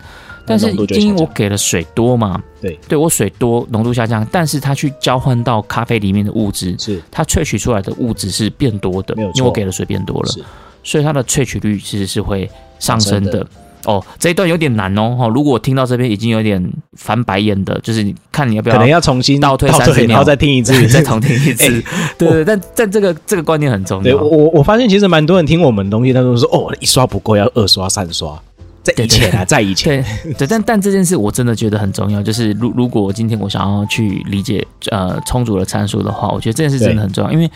S2: 但是
S3: 浓度就会
S2: 因为
S3: 下
S2: 我
S3: 降
S2: 给了水多嘛，
S3: 对，
S2: 对我水多，浓度下降，但是它去交换到咖啡里面的物质，
S3: 是
S2: 它萃取出来的物质是变多的，
S3: 没有
S2: 因为我
S3: 错
S2: 给了水变多了。
S3: 是，
S2: 所以它的萃取率其实是会上升
S3: 上升
S2: 的。哦，这一段有点难哦。哦，如果我听到这边已经有点翻白眼的，就是你看你要不
S3: 可
S2: 要
S3: 能要重新
S2: 倒退
S3: 倒
S2: 30秒
S3: 然后再听一 次，
S2: 再重听一次。
S3: 哎
S2: 对对，对但但这个这个观念很重
S3: 对我
S2: 要。
S3: 我我发现其实蛮多人听我们的东西，他都说哦一刷不够，要二刷三刷。在以前啊，在以前，
S2: 对对，但但这件事我真的觉得很重要。就是如如果我今天我想要去理解呃充足的参数的话，我觉得这件事真的很重要，因为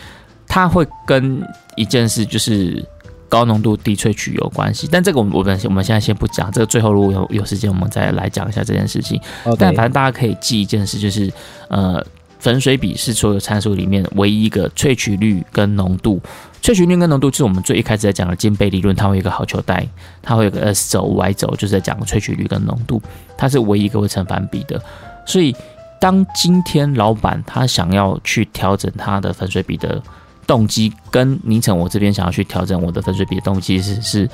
S2: 它会跟一件事就是高浓度低萃取有关系。但这个我们我们我们现在先不讲，这个最后如果有有时间我们再来讲一下这件事情。
S3: OK，
S2: 但反正大家可以记一件事，就是呃，粉水比是所有参数里面唯一一个萃取率跟浓度。萃取率跟浓度就是我们最一开始在讲的金杯理论，它会有一个好球带，它会有个呃 S 轴、Y 轴，就是在讲萃取率跟浓度，它是唯一一个会成反比的。所以，当今天老板他想要去调整他的粉水比的动机，跟宁晨我这边想要去调整我的粉水比的动机是是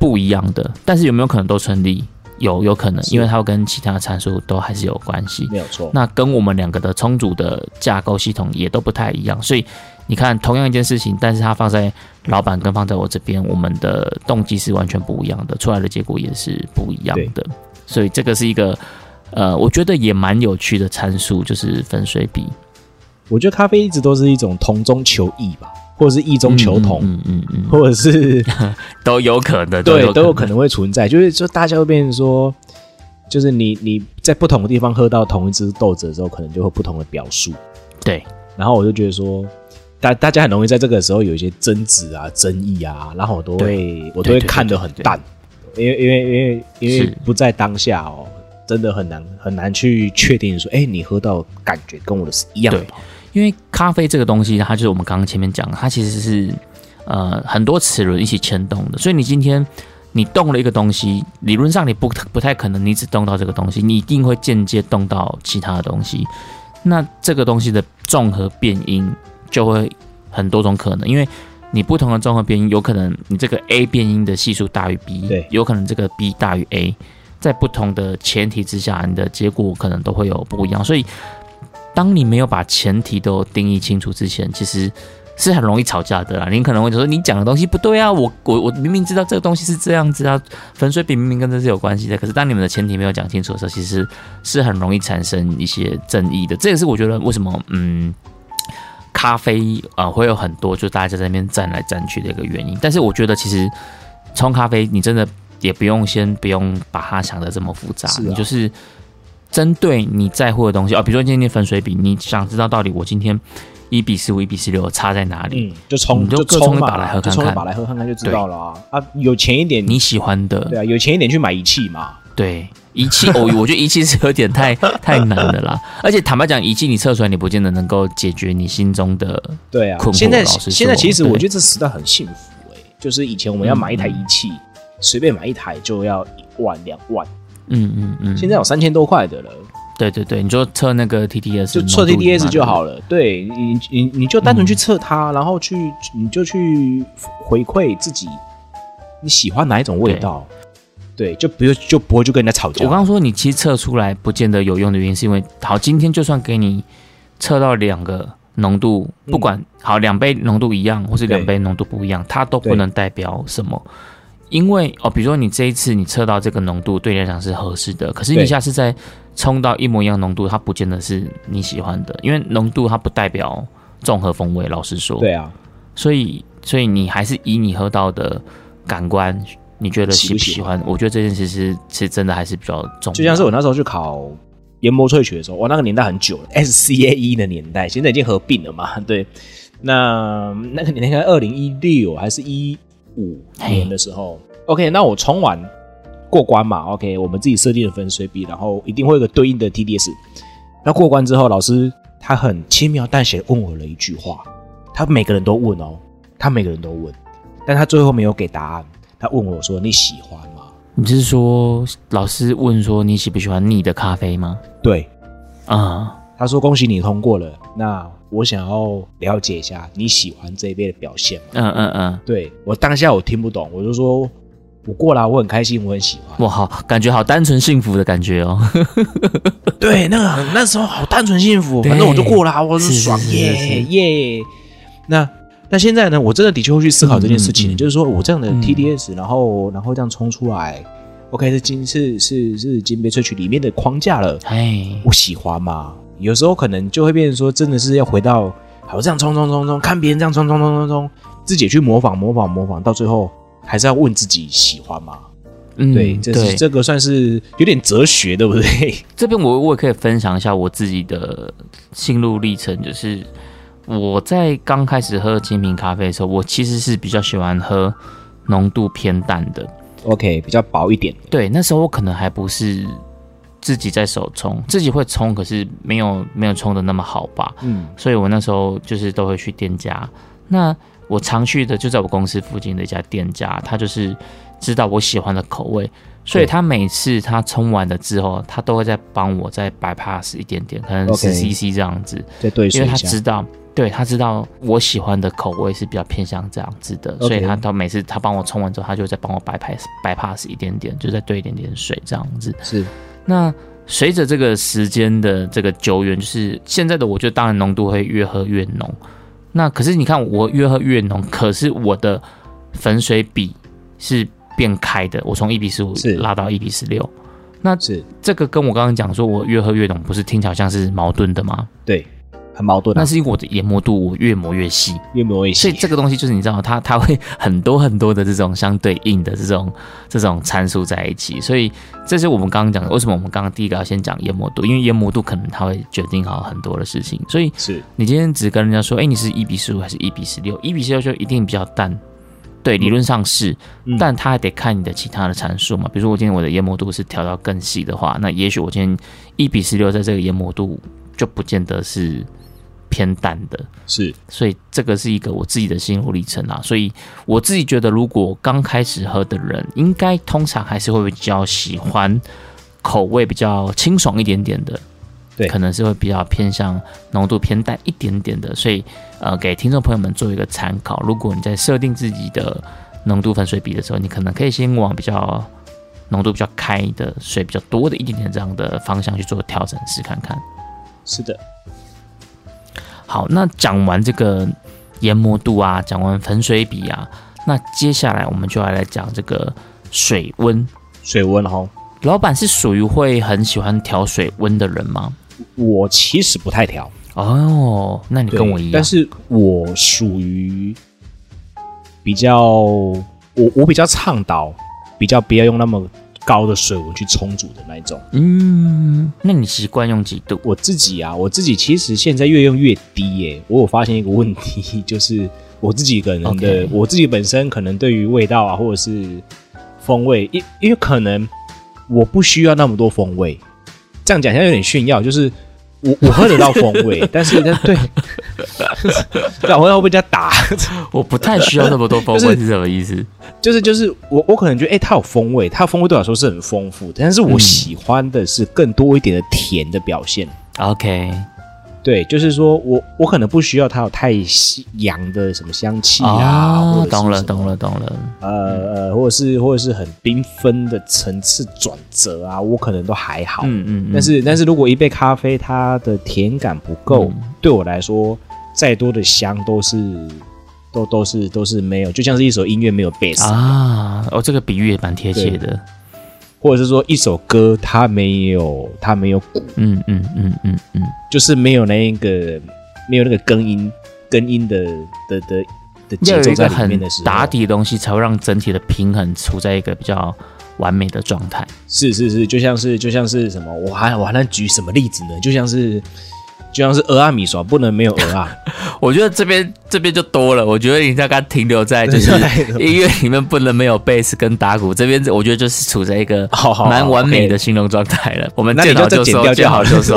S2: 不一样的。但是有没有可能都成立？有有可能，
S3: 是
S2: 因为它会跟其他参数都还是有关系。
S3: 没有错，
S2: 那跟我们两个的充足的架构系统也都不太一样，所以你看，同样一件事情，但是它放在老板跟放在我这边，我们的动机是完全不一样的，出来的结果也是不一样的。所以这个是一个，呃，我觉得也蛮有趣的参数，就是粉水比，
S3: 我觉得咖啡一直都是一种同中求异吧，或者是异中求同，
S2: 嗯嗯嗯嗯，
S3: 或者是
S2: 都有可能，
S3: 对都有可能会存在，就是说大家会变成说，就是你你在不同的地方喝到同一只豆子的时候，可能就会不同的表述。
S2: 对，
S3: 然后我就觉得说，大大家很容易在这个时候有一些争执啊、争议啊，然后我都会我都会
S2: 对对
S3: 看得很淡，因为因为因为因为
S2: 是
S3: 不在当下哦，真的很难很难去确定说，哎，你喝到感觉跟我的是一样的
S2: 对，因为咖啡这个东西，它就是我们刚刚前面讲的，它其实是呃很多齿轮一起牵动的，所以你今天你动了一个东西，理论上你不不太可能你只动到这个东西，你一定会间接动到其他的东西。那这个东西的综合变音就会很多种可能，因为你不同的综合变音，有可能你这个 A 变音的系数大于 B，
S3: 对
S2: 有可能这个 B 大于 A，在不同的前提之下，你的结果可能都会有不一样。所以，当你没有把前提都定义清楚之前，其实是很容易吵架的啦。你可能会说你讲的东西不对啊，我我我明明知道这个东西是这样子啊，粉水比明明跟这是有关系的。可是当你们的前提没有讲清楚的时候，其实是很容易产生一些争议的。这也是我觉得为什么嗯。咖啡啊、呃会有很多，就大家在那边站来站去的一个原因。但是我觉得，其实冲咖啡你真的也不用先不用把它想的这么复杂，
S3: 是啊
S2: 你就是针对你在乎的东西啊、哦比如说今天粉水比，你想知道到底我今天一比十五、一比十六差在哪里？
S3: 嗯，就冲
S2: 你就各
S3: 冲
S2: 冲一
S3: 嘛，
S2: 把来喝
S3: 就
S2: 看
S3: 冲一
S2: 看
S3: 把来喝看看就知道了啊。啊，有钱一点，
S2: 你喜欢的，
S3: 对啊，有钱一点去买仪器嘛。
S2: 对，仪器 哦，我觉得仪器是有点太 太难的啦。而且坦白讲，仪器你测出来，你不见得能够解决你心中的。
S3: 对啊，
S2: 困惑
S3: 现在
S2: 老实说
S3: 现在其实
S2: 对
S3: 我觉得这时代很幸福哎、就是以前我们要买一台仪器，随、便买一台就要一万两万，
S2: 嗯嗯嗯，
S3: 现在有三千多块的了，
S2: 对对对，你就测那个 TDS，
S3: 就测
S2: 浓度仪嘛
S3: TDS 就好。了。对你你你就单纯去测它，然后去你就去回馈自己你喜欢哪一种味道，对，就不就不会就跟人家吵架。
S2: 我刚刚说你其实测出来不见得有用的原因，是因为好，今天就算给你测到两个浓度，
S3: 嗯
S2: 不管、好两杯浓度一样，或是
S3: 对
S2: 两杯浓度不一样，它都不
S3: 对
S2: 能代表什么。因为哦，比如说你这一次你测到这个浓度对你来讲是合适的，可是你
S3: 对
S2: 下次再冲到一模一样浓度，它不见得是你喜欢的，因为浓度它不代表综合风味。老实说，
S3: 对啊，
S2: 所以，所以你还是以你喝到的感官，你觉得喜不喜
S3: 喜不喜
S2: 欢？我觉得这件事是是真的还是比较重要。
S3: 就像是我那时候去考研磨萃取的时候，我那个年代很久了，SCAE E 的年代，现在已经合并了嘛。对，那那个年代二零一六还是一五年的时候，OK，那我冲完过关嘛，OK，我们自己设定的分水比，然后一定会有个对应的 TDS。那过关之后，老师他很轻描淡写地问我了一句话，他每个人都问哦，他每个人都问，但他最后没有给答案，他问我说你喜欢吗？
S2: 你是说老师问说你喜不喜欢你的咖啡吗？
S3: 对，
S2: 啊、
S3: 他说：“恭喜你通过了。那我想要了解一下你喜欢这一杯的表现吗
S2: 嗯嗯嗯，？”
S3: 对我当下我听不懂，我就说：“我过啦，我很开心，我很喜欢。
S2: 哇，好，感觉好单纯幸福的感觉哦。”
S3: 对，那个很那时候好单纯幸福，
S2: 对
S3: 反正我就过啦，我就是爽
S2: 是是是
S3: 耶耶。那那现在呢？我真的的确会去思考这件事情，
S2: 嗯嗯嗯
S3: 就是说我这样的
S2: 嗯
S3: TDS，、然后然后这样冲出来，OK，是金是是是金杯萃取里面的框架了。
S2: 哎，
S3: 我喜欢嘛。有时候可能就会变成说，真的是要回到好这样冲冲冲冲，看别人这样冲冲冲冲冲，自己去模仿模仿模仿，到最后还是要问自己喜欢嘛？
S2: 嗯，
S3: 对，这是这个算是有点哲学，对不对？
S2: 这边我我也可以分享一下我自己的心路历程，就是我在刚开始喝精品咖啡的时候，我其实是比较喜欢喝浓度偏淡的，
S3: OK，比较薄一点，
S2: 对，那时候我可能还不是自己在手冲，自己会冲，可是没有没有冲的那么好吧。
S3: 嗯，
S2: 所以我那时候就是都会去店家。那我常去的就在我公司附近的一家店家，他就是知道我喜欢的口味，所以
S3: 对
S2: 他每次他冲完了之后，他都会再帮我再 bypass 一点点，可能
S3: OK
S2: 十 CC 这样子
S3: 再对
S2: 因
S3: 说
S2: 为
S3: 一
S2: 他
S3: 下。
S2: 知道，对他知道我喜欢的口味是比较偏向这样子的
S3: OK
S2: 所以他到每次他帮我冲完之后，他就再帮我 bypass bypass 一点点，就再兑一点点水这样子。
S3: 是
S2: 那随着这个时间的这个久远，就是现在的我，就当然浓度会越喝越浓。那可是你看，我越喝越浓，可是我的粉水比是变开的，我从一比十五
S3: 是
S2: 拉到一比十六。那
S3: 是，
S2: 这个跟我刚刚讲说我越喝越浓，不是听起来好像是矛盾的吗？
S3: 对，很矛盾、啊。
S2: 那是因为我的研磨度我越磨越细，
S3: 越磨越
S2: 所
S3: 细
S2: 以，这个东西就是你知道，它它会很多很多的这种相对应的这种这种参数在一起，所以这是我们刚刚讲的。为什么我们刚刚第一个要先讲研磨度？因为研磨度可能它会决定好很多的事情。所以
S3: 是
S2: 你今天只跟人家说，哎、你是一比十五还是一比十六？一比十六就一定比较淡，对，理论上是，
S3: 嗯
S2: 但它还得看你的其他的参数嘛。比如说我今天我的研磨度是调到更细的话，那也许我今天一比十六在这个研磨度就不见得是偏淡的。
S3: 是
S2: 所以这个是一个我自己的心路历程啊。所以我自己觉得，如果刚开始喝的人，应该通常还是会比较喜欢口味比较清爽一点点的，
S3: 对
S2: 可能是会比较偏向浓度偏淡一点点的。所以呃，给听众朋友们做一个参考，如果你在设定自己的浓度分水比的时候，你可能可以先往比较。浓度比较开的水比较多的一点点这样的方向去做调整试看看。
S3: 是的，
S2: 好，那讲完这个研磨度啊，讲完粉水比啊，那接下来我们就要来讲这个水温。
S3: 水温哦哈，
S2: 老板是属于会很喜欢调水温的人吗？
S3: 我其实不太调，
S2: 哦，那你
S3: 对
S2: 跟我一样，
S3: 但是我属于比较，我我比较倡导，比较不要用那么高的水温去冲煮的那一种。
S2: 嗯，那你习惯用几度？
S3: 我自己啊，我自己其实现在越用越低耶、我有发现一个问题， 就是我自己可能的
S2: OK
S3: 我自己本身可能对于味道啊，或者是风味，因因为可能我不需要那么多风味。这样讲一下有点炫耀，就是我我喝得到风 味，但是但对， 那我要被人家打， 嗯
S2: 我不太需要那么多风
S3: 就是
S2: 味是什么意 思？
S3: 就是就是我我可能觉得哎、诶它有风味，它的风味对我来说是很丰富的，但是我
S2: 嗯
S3: 喜欢的是更多一点的甜的表现。
S2: OK，
S3: 对，就是说我我可能不需要它有太西洋的什么香气啊，
S2: 哦
S3: 或者是，
S2: 懂了，
S3: 什么
S2: 懂了，懂了。
S3: 呃呃，或者是或者是很缤纷的层次转折啊，我可能都还好。
S2: 嗯嗯，嗯
S3: 但是但是如果一杯咖啡它的甜感不够，
S2: 嗯
S3: 对我来说，再多的香都是都都是都是没有，就像是一首音乐没有贝斯、
S2: 啊，哦，这个比喻也蛮贴切的。
S3: 或者是说一首歌它没有它没有鼓，
S2: 嗯嗯嗯嗯嗯，
S3: 就是没有那个没有那个根音根音的的的的
S2: 要
S3: 节
S2: 有
S3: 奏
S2: 一
S3: 在
S2: 个
S3: 里
S2: 很
S3: 面的时候，
S2: 打底的东西，才会让整体的平衡处在一个比较完美的状态。
S3: 是是是，就像是就像是什么，我还我还能举什么例子呢？就像是就像是鹅啊米爽，不能没有鹅啊，
S2: 我觉得这边这边就多了，我觉得你大概停留在就是
S3: 对
S2: 音乐里面不能没有贝斯跟打鼓，这边我觉得就是处在一个
S3: 好好好
S2: 蛮完美
S3: OK
S2: 的形容状态了。我们
S3: 那你
S2: 见
S3: 就
S2: 好
S3: 再
S2: 就
S3: 剪
S2: 收，
S3: 掉就
S2: 见好
S3: 好
S2: 就收。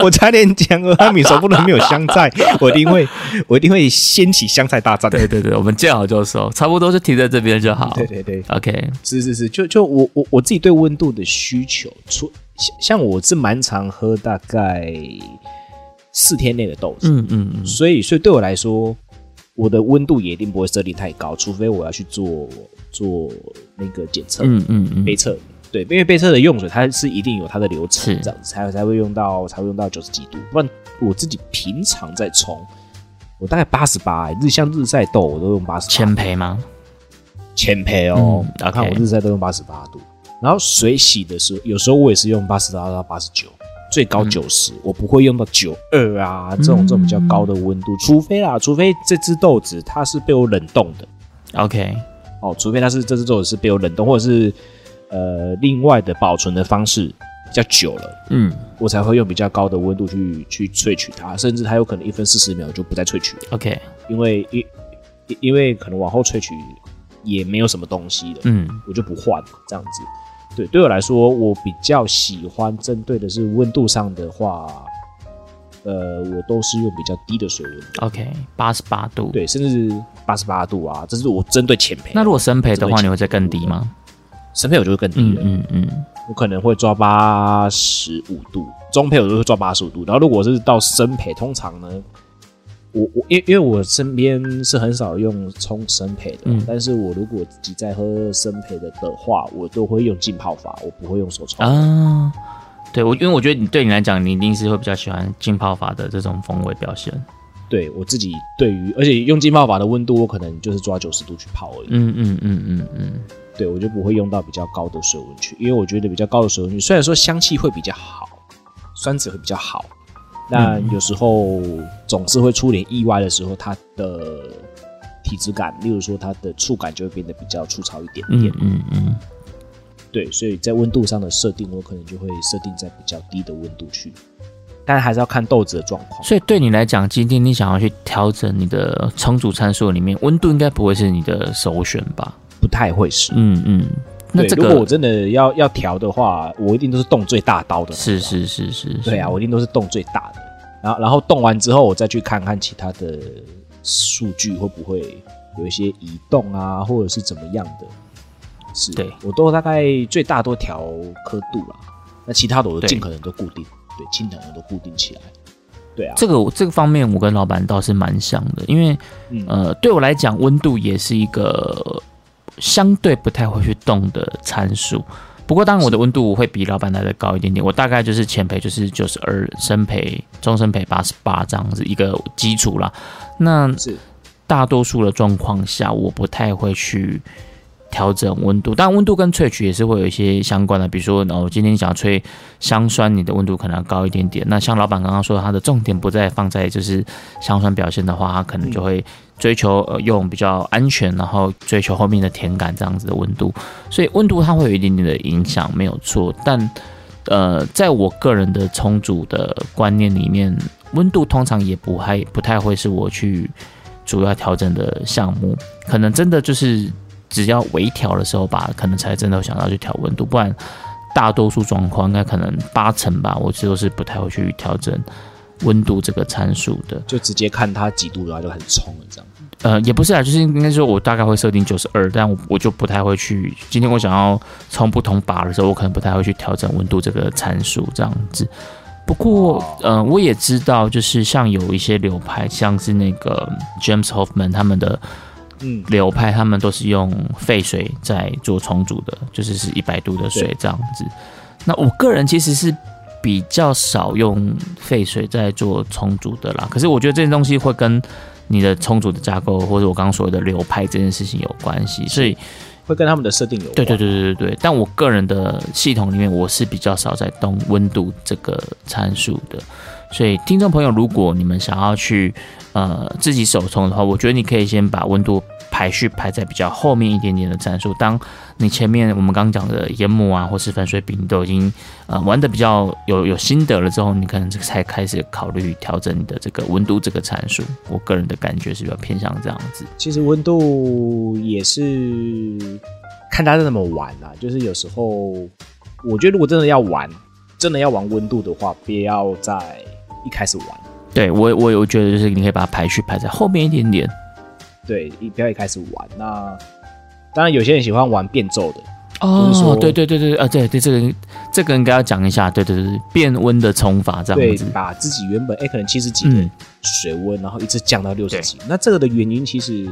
S3: 我差点讲鹅啊米爽不能没有香 菜，我一定会我一定会掀起香菜大 战。
S2: 对对对，我们见好就收，差不多就停在这边就好。
S3: 对对对，
S2: OK，
S3: 是是是，就就我我我自己对温度的需求，除像像我是蛮常喝大概四天内的豆子，
S2: 嗯嗯嗯，
S3: 所以所以对我来说，我的温度也一定不会设定太高，除非我要去做做那个检测，
S2: 嗯嗯嗯，
S3: 杯测。对，因为杯测的用水，它是一定有它的流程
S2: 是，
S3: 这样子才才会用到才会用到九十几度。不然我自己平常在冲，我大概八十八，欸日像日晒豆我都用八十
S2: 千培吗？
S3: 千杯哦
S2: 嗯，
S3: 然后
S2: OK
S3: 我日晒都用八十八度，然后水洗的时候，有时候我也是用八十八到八十九，最
S2: 嗯
S3: 高九十、我不会用到九二啊这种这种比较高的温
S2: 嗯
S3: 度，除非啦，除非这只豆子它是被我冷冻的，
S2: OK，
S3: 哦，除非它是这只豆子是被我冷冻，或者是呃另外的保存的方式比较久了，
S2: 嗯
S3: 我才会用比较高的温度去去萃取它，甚至它有可能一分四十秒就不再萃取了，
S2: ，OK，
S3: 因为因因因为可能往后萃取也没有什么东西了，
S2: 嗯
S3: 我就不换了这样子。对，对我来说，我比较喜欢针对的是温度上的话，呃，我都是用比较低的水温的，
S2: ，OK，八十八度。
S3: 对，甚至八十八度啊，这是我针对浅焙。
S2: 那如果生培的话，你会再更低吗？
S3: 深焙我就会更低
S2: 嗯
S3: 了，
S2: 嗯嗯，
S3: 我可能会抓八十五度，中配我就会抓八十五度。然后如果是到深配，通常呢，我我因因为我身边是很少用冲深配的，
S2: 嗯
S3: 但是我如果自己在喝深配的的话，我都会用浸泡法，我不会用手冲。
S2: 啊，对我，因为我觉得你对你来讲，你一定是会比较喜欢浸泡法的这种风味表现。
S3: 对我自己对于，而且用浸泡法的温度，我可能就是抓九十度去泡而已。
S2: 嗯嗯嗯嗯嗯，
S3: 对我就不会用到比较高的水温去，因为我觉得比较高的水温去，虽然说香气会比较好，酸质会比较好，但有时候总是会出点意外的时候，它的体质感，例如说它的触感就会变得比较粗糙一点点。
S2: 嗯嗯嗯，
S3: 对，所以在温度上的设定，我可能就会设定在比较低的温度去，但还是要看豆子的状况。
S2: 所以对你来讲，今天你想要去调整你的充足参数里面，温度应该不会是你的首选吧？
S3: 不太会是。
S2: 嗯嗯，那
S3: 对，
S2: 这
S3: 如果我
S2: 个
S3: 真的要要调的话，我一定都是动最大刀的。啊
S2: 是是是是，
S3: 对啊，我一定都是动最大的。然后然后动完之后，我再去看看其他的数据会不会有一些移动啊，或者是怎么样的。是，
S2: 对
S3: 我都大概最大多调刻度啦，那其他的我
S2: 对
S3: 尽可能都固定，对，尽可能都固定起来。对啊，
S2: 这个我这个方面，我跟老板倒是蛮像的，因为
S3: 嗯
S2: 呃，对我来讲，温度也是一个相对不太会去动的参数。不过，当然我的温度会比老板来的高一点点，我大概就是前培就是九十二，深培、终身培八十八这样子一个基础啦。那
S3: 是
S2: 大多数的状况下，我不太会去调整温度，但温度跟萃取也是会有一些相关的，比如说，哦，我今天想要萃香酸，你的温度可能要高一点点。那像老板刚刚说，他的重点不再放在就是香酸表现的话，他可能就会追求呃用比较安全，然后追求后面的甜感这样子的温度，所以温度它会有一点点的影响，没有错，但。呃，在我个人的充足的观念里面，温度通常也不还不太会是我去主要调整的项目，可能真的就是只要微调的时候吧，可能才真的想到去调温度，不然大多数状况应该可能八成吧，我最后是不太会去调整温度这个参数的。
S3: 就直接看它几度，然后就很冲了这样。
S2: 呃，也不是啊，就是应该说，我大概会设定九十二，但我我就不太会去。今天我想要冲不同把的时候，我可能不太会去调整温度这个参数这样子。不过，呃，我也知道，就是像有一些流派，像是那个 James Hoffman 他们的
S3: 嗯，
S2: 流派，他们都是用沸水在做重组的，就是是一百度的水
S3: 对
S2: 这样子。那我个人其实是比较少用沸水在做重组的啦，可是我觉得这件东西会跟你的充足的架构，或者我刚刚说的流派这件事情有关系，所以
S3: 会跟他们的设定有关。
S2: 对对对对对对。但我个人的系统里面，我是比较少在动温度这个参数的。所以，听众朋友，如果你们想要去呃自己手冲的话，我觉得你可以先把温度排序排在比较后面一点点的参数。当你前面我们刚刚讲的研磨啊，或是粉水饼都已经呃玩的比较有有心得了之后，你可能这个才开始考虑调整你的这个温度这个参数。我个人的感觉是比较偏向这样子。
S3: 其实温度也是看他怎么玩啦、就是有时候，我觉得如果真的要玩，真的要玩温度的话，不要在一开始玩，
S2: 对我我有觉得就是你可以把它排序排在后面一点点。
S3: 对，一不要一开始玩。那当然，有些人喜欢玩变奏的，或
S2: 哦
S3: 者说，
S2: 对对对对，啊，对对，这个这个应该要讲一下，对对对，变温的冲法这样
S3: 对
S2: 子，，
S3: 把自己原本哎、可能七十几的
S2: 嗯，
S3: 水温，然后一直降到六十几。那这个的原因其实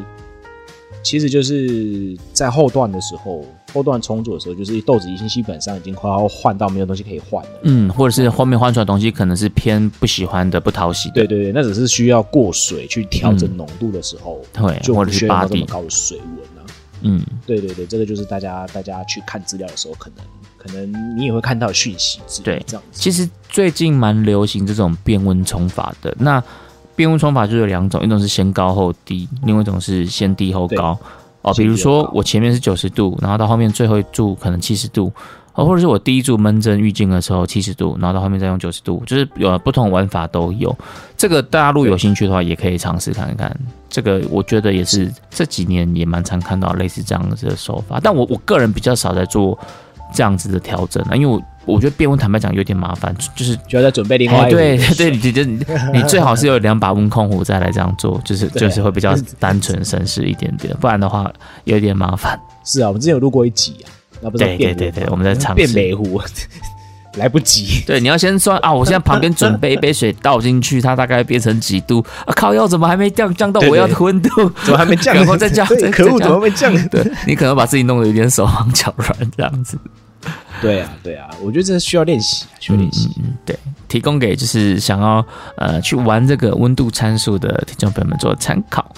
S3: 其实就是在后段的时候，后段重组的时候，就是豆子已经基本上已经快要换到没有东西可以换了。
S2: 嗯，或者是后面换出来的东西可能是偏不喜欢的、不讨喜的，
S3: 对对对，那只是需要过水去调整浓度的时候，
S2: 嗯对
S3: 就
S2: 或
S3: 不
S2: 者
S3: 需
S2: 是
S3: 要
S2: 巴
S3: 到这么
S2: 蒂，
S3: 高的水温啊。
S2: 嗯，
S3: 对对对，这个就是大家大家去看资料的时候，可能可能你也会看到讯息之类
S2: 对
S3: 这样子。
S2: 其实最近蛮流行这种变温冲法的。那变温冲法就有两种，一种是先高后低，另外一种是先低后高。哦，比如
S3: 先低
S2: 说
S3: 后高
S2: 我前面是九十度，然后到后面最后一注可能七十度，哦，或者是我第一注闷蒸预浸的时候七十度，然后到后面再用九十度，就是有不同玩法都有。这个大家如果有兴趣的话，也可以尝试看看。这个我觉得也是这几年也蛮常看到类似这样子的手法，但我我个人比较少在做这样子的调整啊，因为我我觉得变温坦白讲有点麻烦，就就是
S3: 就要再准备另外
S2: 哎
S3: 一
S2: 对
S3: 壶
S2: 对，
S3: 水
S2: 你就你你最好是有两把温控壶再来这样做，就是
S3: 对
S2: 就是会比较单纯绅士一点点，不然的话有点麻烦。
S3: 是啊，我们之前有录过一集啊，那不是
S2: 对
S3: 变
S2: 对
S3: 美
S2: 对对我们在尝试
S3: 变美壶， 来不 及。
S2: 对，你要先算啊，我现在旁边准备一杯水倒进去，它大概变成几度？啊靠，要怎么还没降降到
S3: 对
S2: 我要的
S3: 对
S2: 温度？
S3: 怎么还没降？
S2: 然后再降
S3: 对
S2: 再
S3: 可
S2: 再
S3: 恶，怎
S2: 降
S3: 么还没降？
S2: 对你可能把自己弄得有点手忙脚乱这样子。
S3: 对啊，对啊，我觉得这需要练习，啊需要练习。
S2: 嗯嗯嗯对，提供给就是想要呃去玩这个温度参数的听众朋友们做参考。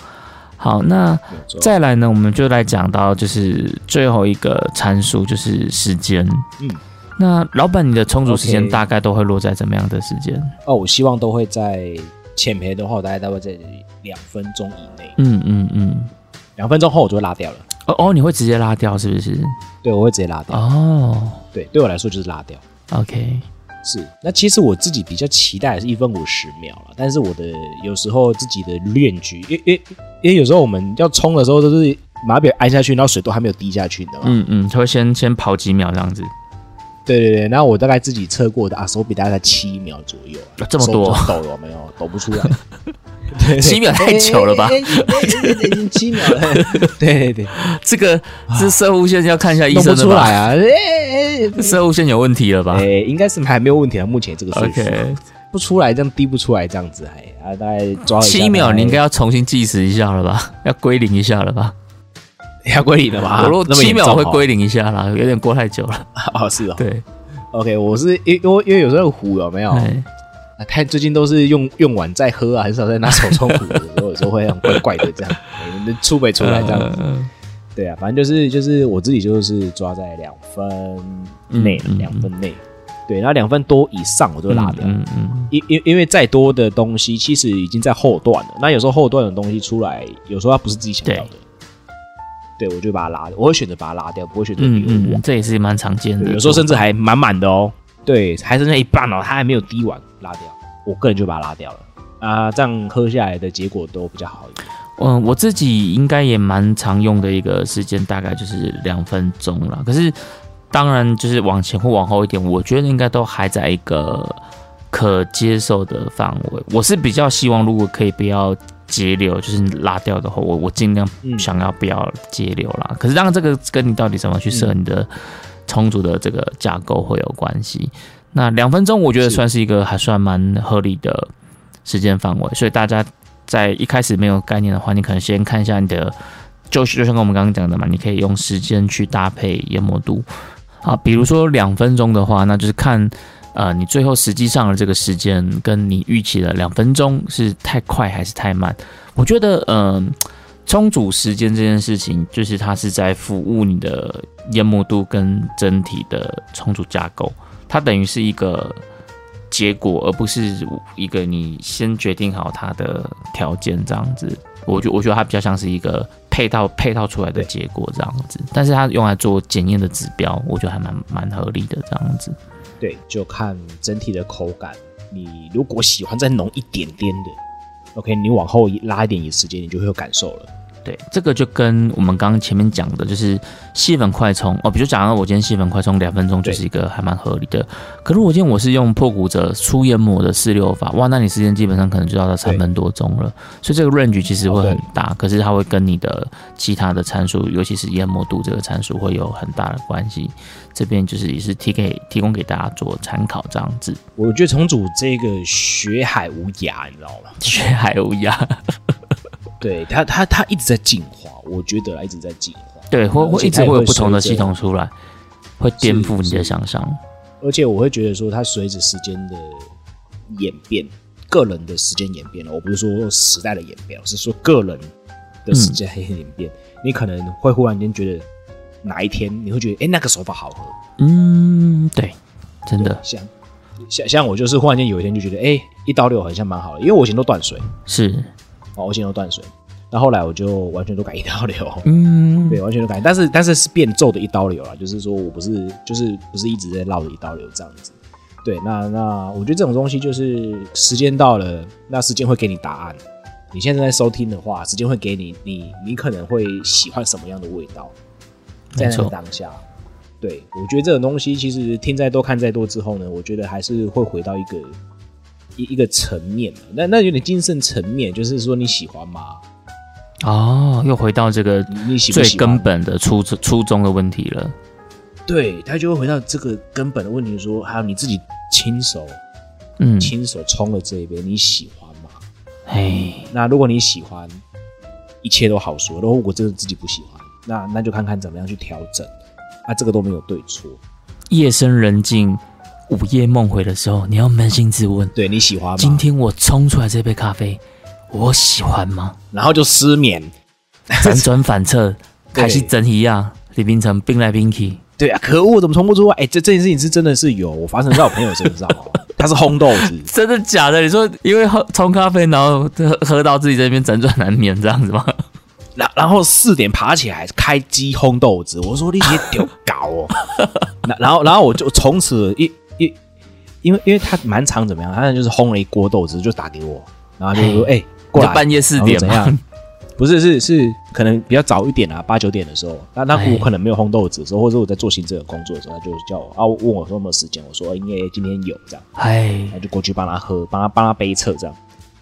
S2: 好，那
S3: 没有错
S2: 再来呢，我们就来讲到就是最后一个参数，就是时间。
S3: 嗯，
S2: 那老板，你的充足时间
S3: OK
S2: 大概都会落在怎么样的时间？
S3: 哦，我希望都会在浅培的话，我大概大概在两分钟以内，
S2: 嗯嗯嗯。
S3: 两分钟后我就会拉掉了。
S2: 哦哦，你会直接拉掉是不是？
S3: 对，我会直接拉掉。
S2: 哦
S3: 对，对我来说就是拉掉。
S2: ，OK，
S3: 是，那其实我自己比较期待的是一分五十秒了，但是我的有时候自己的练局，因因因为有时候我们要冲的时候都是码表按下去，然后水都还没有滴下去，你知道吗？
S2: 嗯嗯，他会先先跑几秒这样子。
S3: 对对对，然后我大概自己测过的啊，手比大概在七秒左右啊、
S2: 啊这么多
S3: 手抖有没有？抖不出来，对对
S2: 七秒太久 了吧
S3: 哎哎哎哎哎已经七秒了，对对对，
S2: 这个这射护线要看一下医
S3: 弄不
S2: 生的
S3: 出
S2: 吧？
S3: 来啊，哎哎哎
S2: 射护线有问题了吧
S3: 哎，应该是还没有问题啊，目前这个岁数
S2: ？OK，
S3: 不出来，这样滴不出来，这样子还啊，大概抓了一下哎
S2: 七秒你应该
S3: 大
S2: 要重新计时一下了吧？要归零一下了吧？
S3: 概要归零了吧？
S2: 我如果
S3: 啊那么
S2: 七
S3: 严重
S2: 秒我会
S3: 哦
S2: 归零一下啦，有点过太久了。
S3: 哦，是哦
S2: 对，
S3: ，OK，我是因因为因为有时候壶有没有？
S2: 哎
S3: 啊，太最近都是用用完再喝啊，很少在拿手冲 壶，有时候有时候会很怪怪的这样，哎出没出来这样子。
S2: 呃
S3: 对啊，反正就是就是我自己就是抓在两分内
S2: 嗯嗯，
S3: 两、分内。对，然后两分多以上我就拉掉，
S2: 嗯嗯
S3: 因因因为再多的东西其实已经在后段了。那有时候后段的东西出来，有时候它不是自己想要的，对我就把它拉，我会选择把它拉掉，不会选择
S2: 嗯
S3: 留
S2: 嗯
S3: 我
S2: 嗯，这也是蛮常见的。
S3: 啊对有时候甚至还满满的哦，对，还剩下一半哦，它还没有滴完，拉掉，我个人就把它拉掉了啊，这样喝下来的结果都比较好一点。
S2: 嗯，我自己应该也蛮常用的一个时间，大概就是两分钟啦。可是，当然就是往前或往后一点，我觉得应该都还在一个可接受的范围。我是比较希望，如果可以不要截流，就是拉掉的话，我我尽量
S3: 嗯
S2: 想要不要截流啦。可是，当然这个跟你到底怎
S3: 嗯
S2: 么去设你的充足的这个架构会有关系。那两分钟，我觉得
S3: 是
S2: 算是一个还算蛮合理的时间范围，所以大家在一开始没有概念的话，你可能先看一下你的，就是就像跟我们刚刚讲的嘛，你可以用时间去搭配研磨度啊。比如说两分钟的话，那就是看呃你最后实际上的这个时间跟你预期的两分钟是太快还是太慢。我觉得嗯、呃充足时间这件事情，就是它是在服务你的研磨度跟整体的充足架构，它等于是一个结果，而不是一个你先决定好它的条件这样子。我觉我觉得它比较像是一个配套配套出来的
S3: 对
S2: 结果这样子，但是它用来做检验的指标，我觉得还蛮蛮合理的这样子。
S3: 对，就看整体的口感。你如果喜欢再浓一点点的，OK，你往后拉一点时间，你就会有感受了。
S2: 对，这个就跟我们刚刚前面讲的，就是细粉快充哦，比如讲到我今天细粉快充两分钟，就
S3: 对
S2: 是一个还蛮合理的。可如果今天我是用破骨折粗研磨的四六法，哇，那你时间基本上可能就要到三分多钟了。所以这个 range 其实会很大，可是它会跟你的其他的参数，尤其是研磨度这个参数会有很大的关系。这边就是也是提给提供给大家做参考这样 子。
S3: 我觉得重组这个学海无涯，你知道吗？
S2: 学海无涯，
S3: 对它，它它一直在进化，我觉得啦一直在进化。
S2: 对，会会一直
S3: 而且它也
S2: 会有
S3: 会
S2: 不同的
S3: 随着
S2: 系统出来，会颠覆你
S3: 是
S2: 的
S3: 是
S2: 想象。
S3: 而且我会觉得说，它随着时间的演变，个人的时间演变了，我不是说时代的演变，我是说个人的时间演变。你可能会忽然间觉得哪一天你会觉得，哎、那个手法好喝，
S2: 嗯，对，真的
S3: 像像像我就是忽然间有一天就觉得，哎、一刀六好像蛮好的，因为我以前都断水，
S2: 是，
S3: 哦，我以前都断水，那后来我就完全都改一刀流。
S2: 嗯，
S3: 对，完啊全都改，但是但是是变奏的一刀流啦，就是说我不是就是不是一直在绕着一刀流这样子。对，那那我觉得这种东西就是时间到了，那时间会给你答案。你现在在收听的话，时间会给你你你可能会喜欢什么样的味道，在
S2: 没
S3: 那个
S2: 错，
S3: 当下。对，我觉得这种东西其实听再多看再多之后呢，我觉得还是会回到一个一一个层面嘛，那那有点精神层面，就是说你喜欢吗？
S2: 哦，又回到这个
S3: 你你喜不
S2: 最
S3: 喜欢？
S2: 根本的初初衷的问题了。
S3: 对他就会回到这个根本的问题说，还有你自己亲手
S2: 嗯，
S3: 亲手冲了这一杯，你喜欢吗？
S2: 哎，
S3: 那如果你喜欢，一切都好说；如果我真的自己不喜欢，那那就看看怎么样去调整。那这个都没有对错，
S2: 夜深人静，午夜梦回的时候，你要扪心自问：
S3: 对你喜欢吗？
S2: 今天我冲出来这杯咖啡，我喜欢 吗？
S3: 然后就失眠，
S2: 辗转反侧，
S3: 对
S2: 开始真一样，李冰城冰来冰去，
S3: 对啊，可恶，我怎么冲不出来？哎、这这件事情是真的是有，我发生在我朋友身上哦， 他是烘豆子，
S2: 真的假的？你说因为喝冲咖啡，然后喝喝到自己这边辗转难眠这样子吗？
S3: 然然后四点爬起来开机烘豆子，我说你别丢搞 哦。那然后然后我就从此一一，因为因为他蛮常怎么样，他就是烘了一锅豆子就打给我，然后就说
S2: 嘿
S3: 哎、过来
S2: 就半夜四点
S3: 然后
S2: 嘛
S3: 怎样？不是是是可能比较早一点啊，八九点的时候，那那
S2: 哎
S3: 我可能没有烘豆子的时候，或者我在做行政的工作的时候，他就叫我啊问我说有没有时间，我说哦应该今天有这样，
S2: 哎
S3: 然后就过去帮他喝，帮他帮他杯测这样，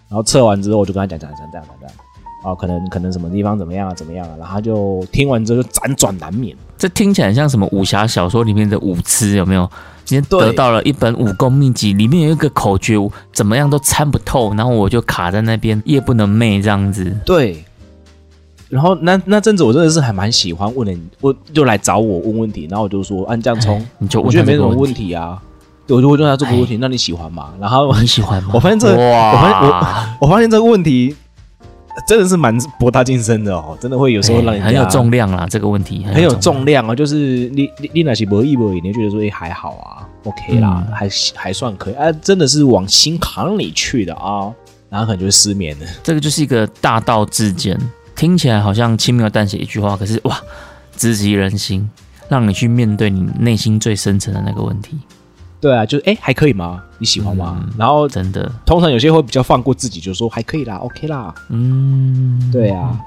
S3: 然后测完之后我就跟他讲讲讲讲讲讲，啊可能可能什么地方怎么样啊怎么样啊，然后他就听完之后就辗转难眠，
S2: 这听起来很像什么武侠小说里面的舞痴，有没有？今天得
S3: 对
S2: 到了一本武功秘籍，里面有一个口诀，怎么样都参不透，然后我就卡在那边，夜不能寐这样子。
S3: 对。然后那那阵子我真的是还蛮喜欢问人，问就来找我问问题，然后我就说按、啊、你这样冲
S2: 哎，你就
S3: 我
S2: 问
S3: 觉
S2: 他
S3: 得没
S2: 这
S3: 什
S2: 个
S3: 么
S2: 问
S3: 问
S2: 题，
S3: 题啊。对我就会问他这个问题，那你喜欢吗？然后
S2: 你喜欢吗？
S3: 我发现这个我发现
S2: 哇，哎
S3: 我发现这个问题真的是蛮博大精深的哦，真的会有时候让人
S2: 哎
S3: 家
S2: 很有重量啦，这个问题
S3: 很有
S2: 量
S3: 重量啊，就是你你你哪些博弈博弈，你会觉得说哎、还好啊，OK 啦，
S2: 嗯
S3: 还还算可以啊，真的是往心坎里去的啊，然后可能就会失眠了。
S2: 这个就是一个大道至简，听起来好像轻描淡写一句话，可是哇，直击人心，让你去面对你内心最深层的那个问题，
S3: 对啊，就是哎、还可以吗？你喜欢吗？
S2: 嗯
S3: 然后
S2: 真的，
S3: 通常有些会比较放过自己，就说还可以啦，OK 啦，
S2: 嗯，
S3: 对啊，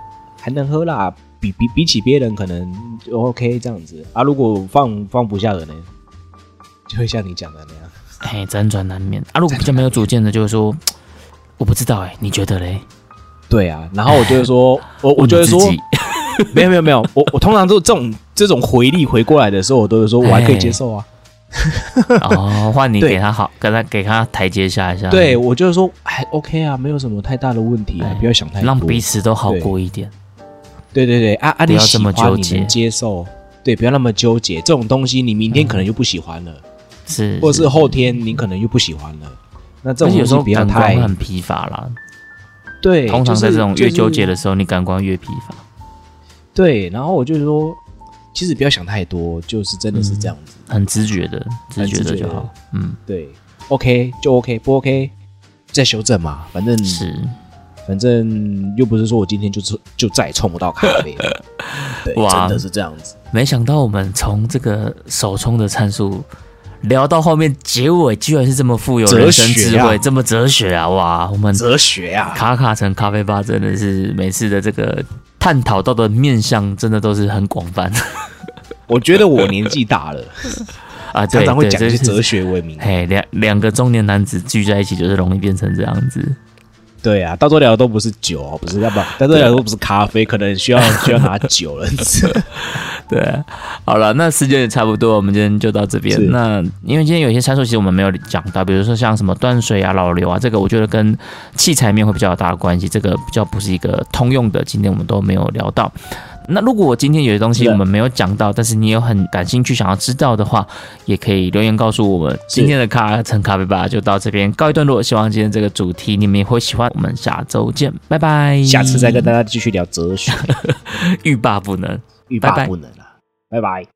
S3: 还能喝啦，比比比起别人可能就 OK 这样子啊。如果放放不下的呢，就会像你讲的那样。
S2: 哎，辗转难眠啊。如果比较没有主见的，就是说，我不知道哎、你觉得嘞？
S3: 对啊，然后我就会说，我我
S2: 问
S3: 就
S2: 你
S3: 会
S2: 自
S3: 说，
S2: 己，
S3: 没有没有没有，我我通常都这种这种回力回过来的时候，我都会说我还可以接受啊。
S2: 哦，换你
S3: 对
S2: 给他好，给他给他台阶下一下，
S3: 对，，我就会说还 OK 啊，没有什么太大的问题啊
S2: 哎，
S3: 不要想太多。
S2: 让彼此都好过一点。
S3: 对对对，啊啊，
S2: 不要
S3: 你喜
S2: 这么
S3: 欢
S2: 纠结
S3: 你能接受，对，不要那么纠结。这种东西你明天可能就不喜欢了，
S2: 嗯是，
S3: 或者是后天你可能又不喜欢了。那这
S2: 而且
S3: 种
S2: 有
S3: 东
S2: 时
S3: 西
S2: 候
S3: 不要
S2: 感官
S3: 太
S2: 会很疲乏啦。
S3: 对，
S2: 通常在这种越纠结
S3: 的。
S2: 的时候，你感官越疲乏。
S3: 对，然后我就说，其实不要想太多，就是真的是这样子。
S2: 很直觉的，直
S3: 很
S2: 觉的
S3: 直觉
S2: 就
S3: 的
S2: 好。嗯，
S3: 对，OK 就 OK，不 OK 再修正嘛，反正
S2: 是，
S3: 反正又不是说我今天就是就再也冲不到咖啡 了。对，
S2: 哇
S3: 真的是这样子。
S2: 没想到我们从这个首冲的参数聊到后面结尾，居然是这么富有
S3: 哲
S2: 人生
S3: 学
S2: 智
S3: 啊
S2: 慧，这么哲学啊！哇，我们
S3: 哲学啊，
S2: 卡卡城咖啡吧真的是每次的这个探讨到的面向，真的都是很广泛
S3: 我觉得我年纪大了，
S2: 啊。 对
S3: 常常会
S2: 对，
S3: 讲一些
S2: 这
S3: 哲
S2: 是。
S3: 学文明。
S2: 嘿，两两个中年男子聚在一起，就是容易变成这样子。
S3: 对啊，到时候聊的都不是酒哦，不是要不，到时候聊的都不是咖啡，可能需要需要拿酒 了。
S2: 对，好了，那时间也差不多，我们今天就到这边
S3: 是。
S2: 那因为今天有一些参数其实我们没有讲到，比如说像什么断水啊、老流啊，这个我觉得跟器材面会比较有大的关系，这个比较不是一个通用的，今天我们都没有聊到。那如果今天有些东西
S3: 是的
S2: 我们没有讲到，但是你有很感兴趣想要知道的话，也可以留言告诉我们。今天的咖城咖啡吧就到这边告一段落，希望今天这个主题你们也会喜欢。我们下周见，拜拜。
S3: 下次再跟大家继续聊哲学，
S2: 欲罢不能。
S3: 欲
S2: 拜
S3: 罢
S2: 拜
S3: 不能啊，拜拜。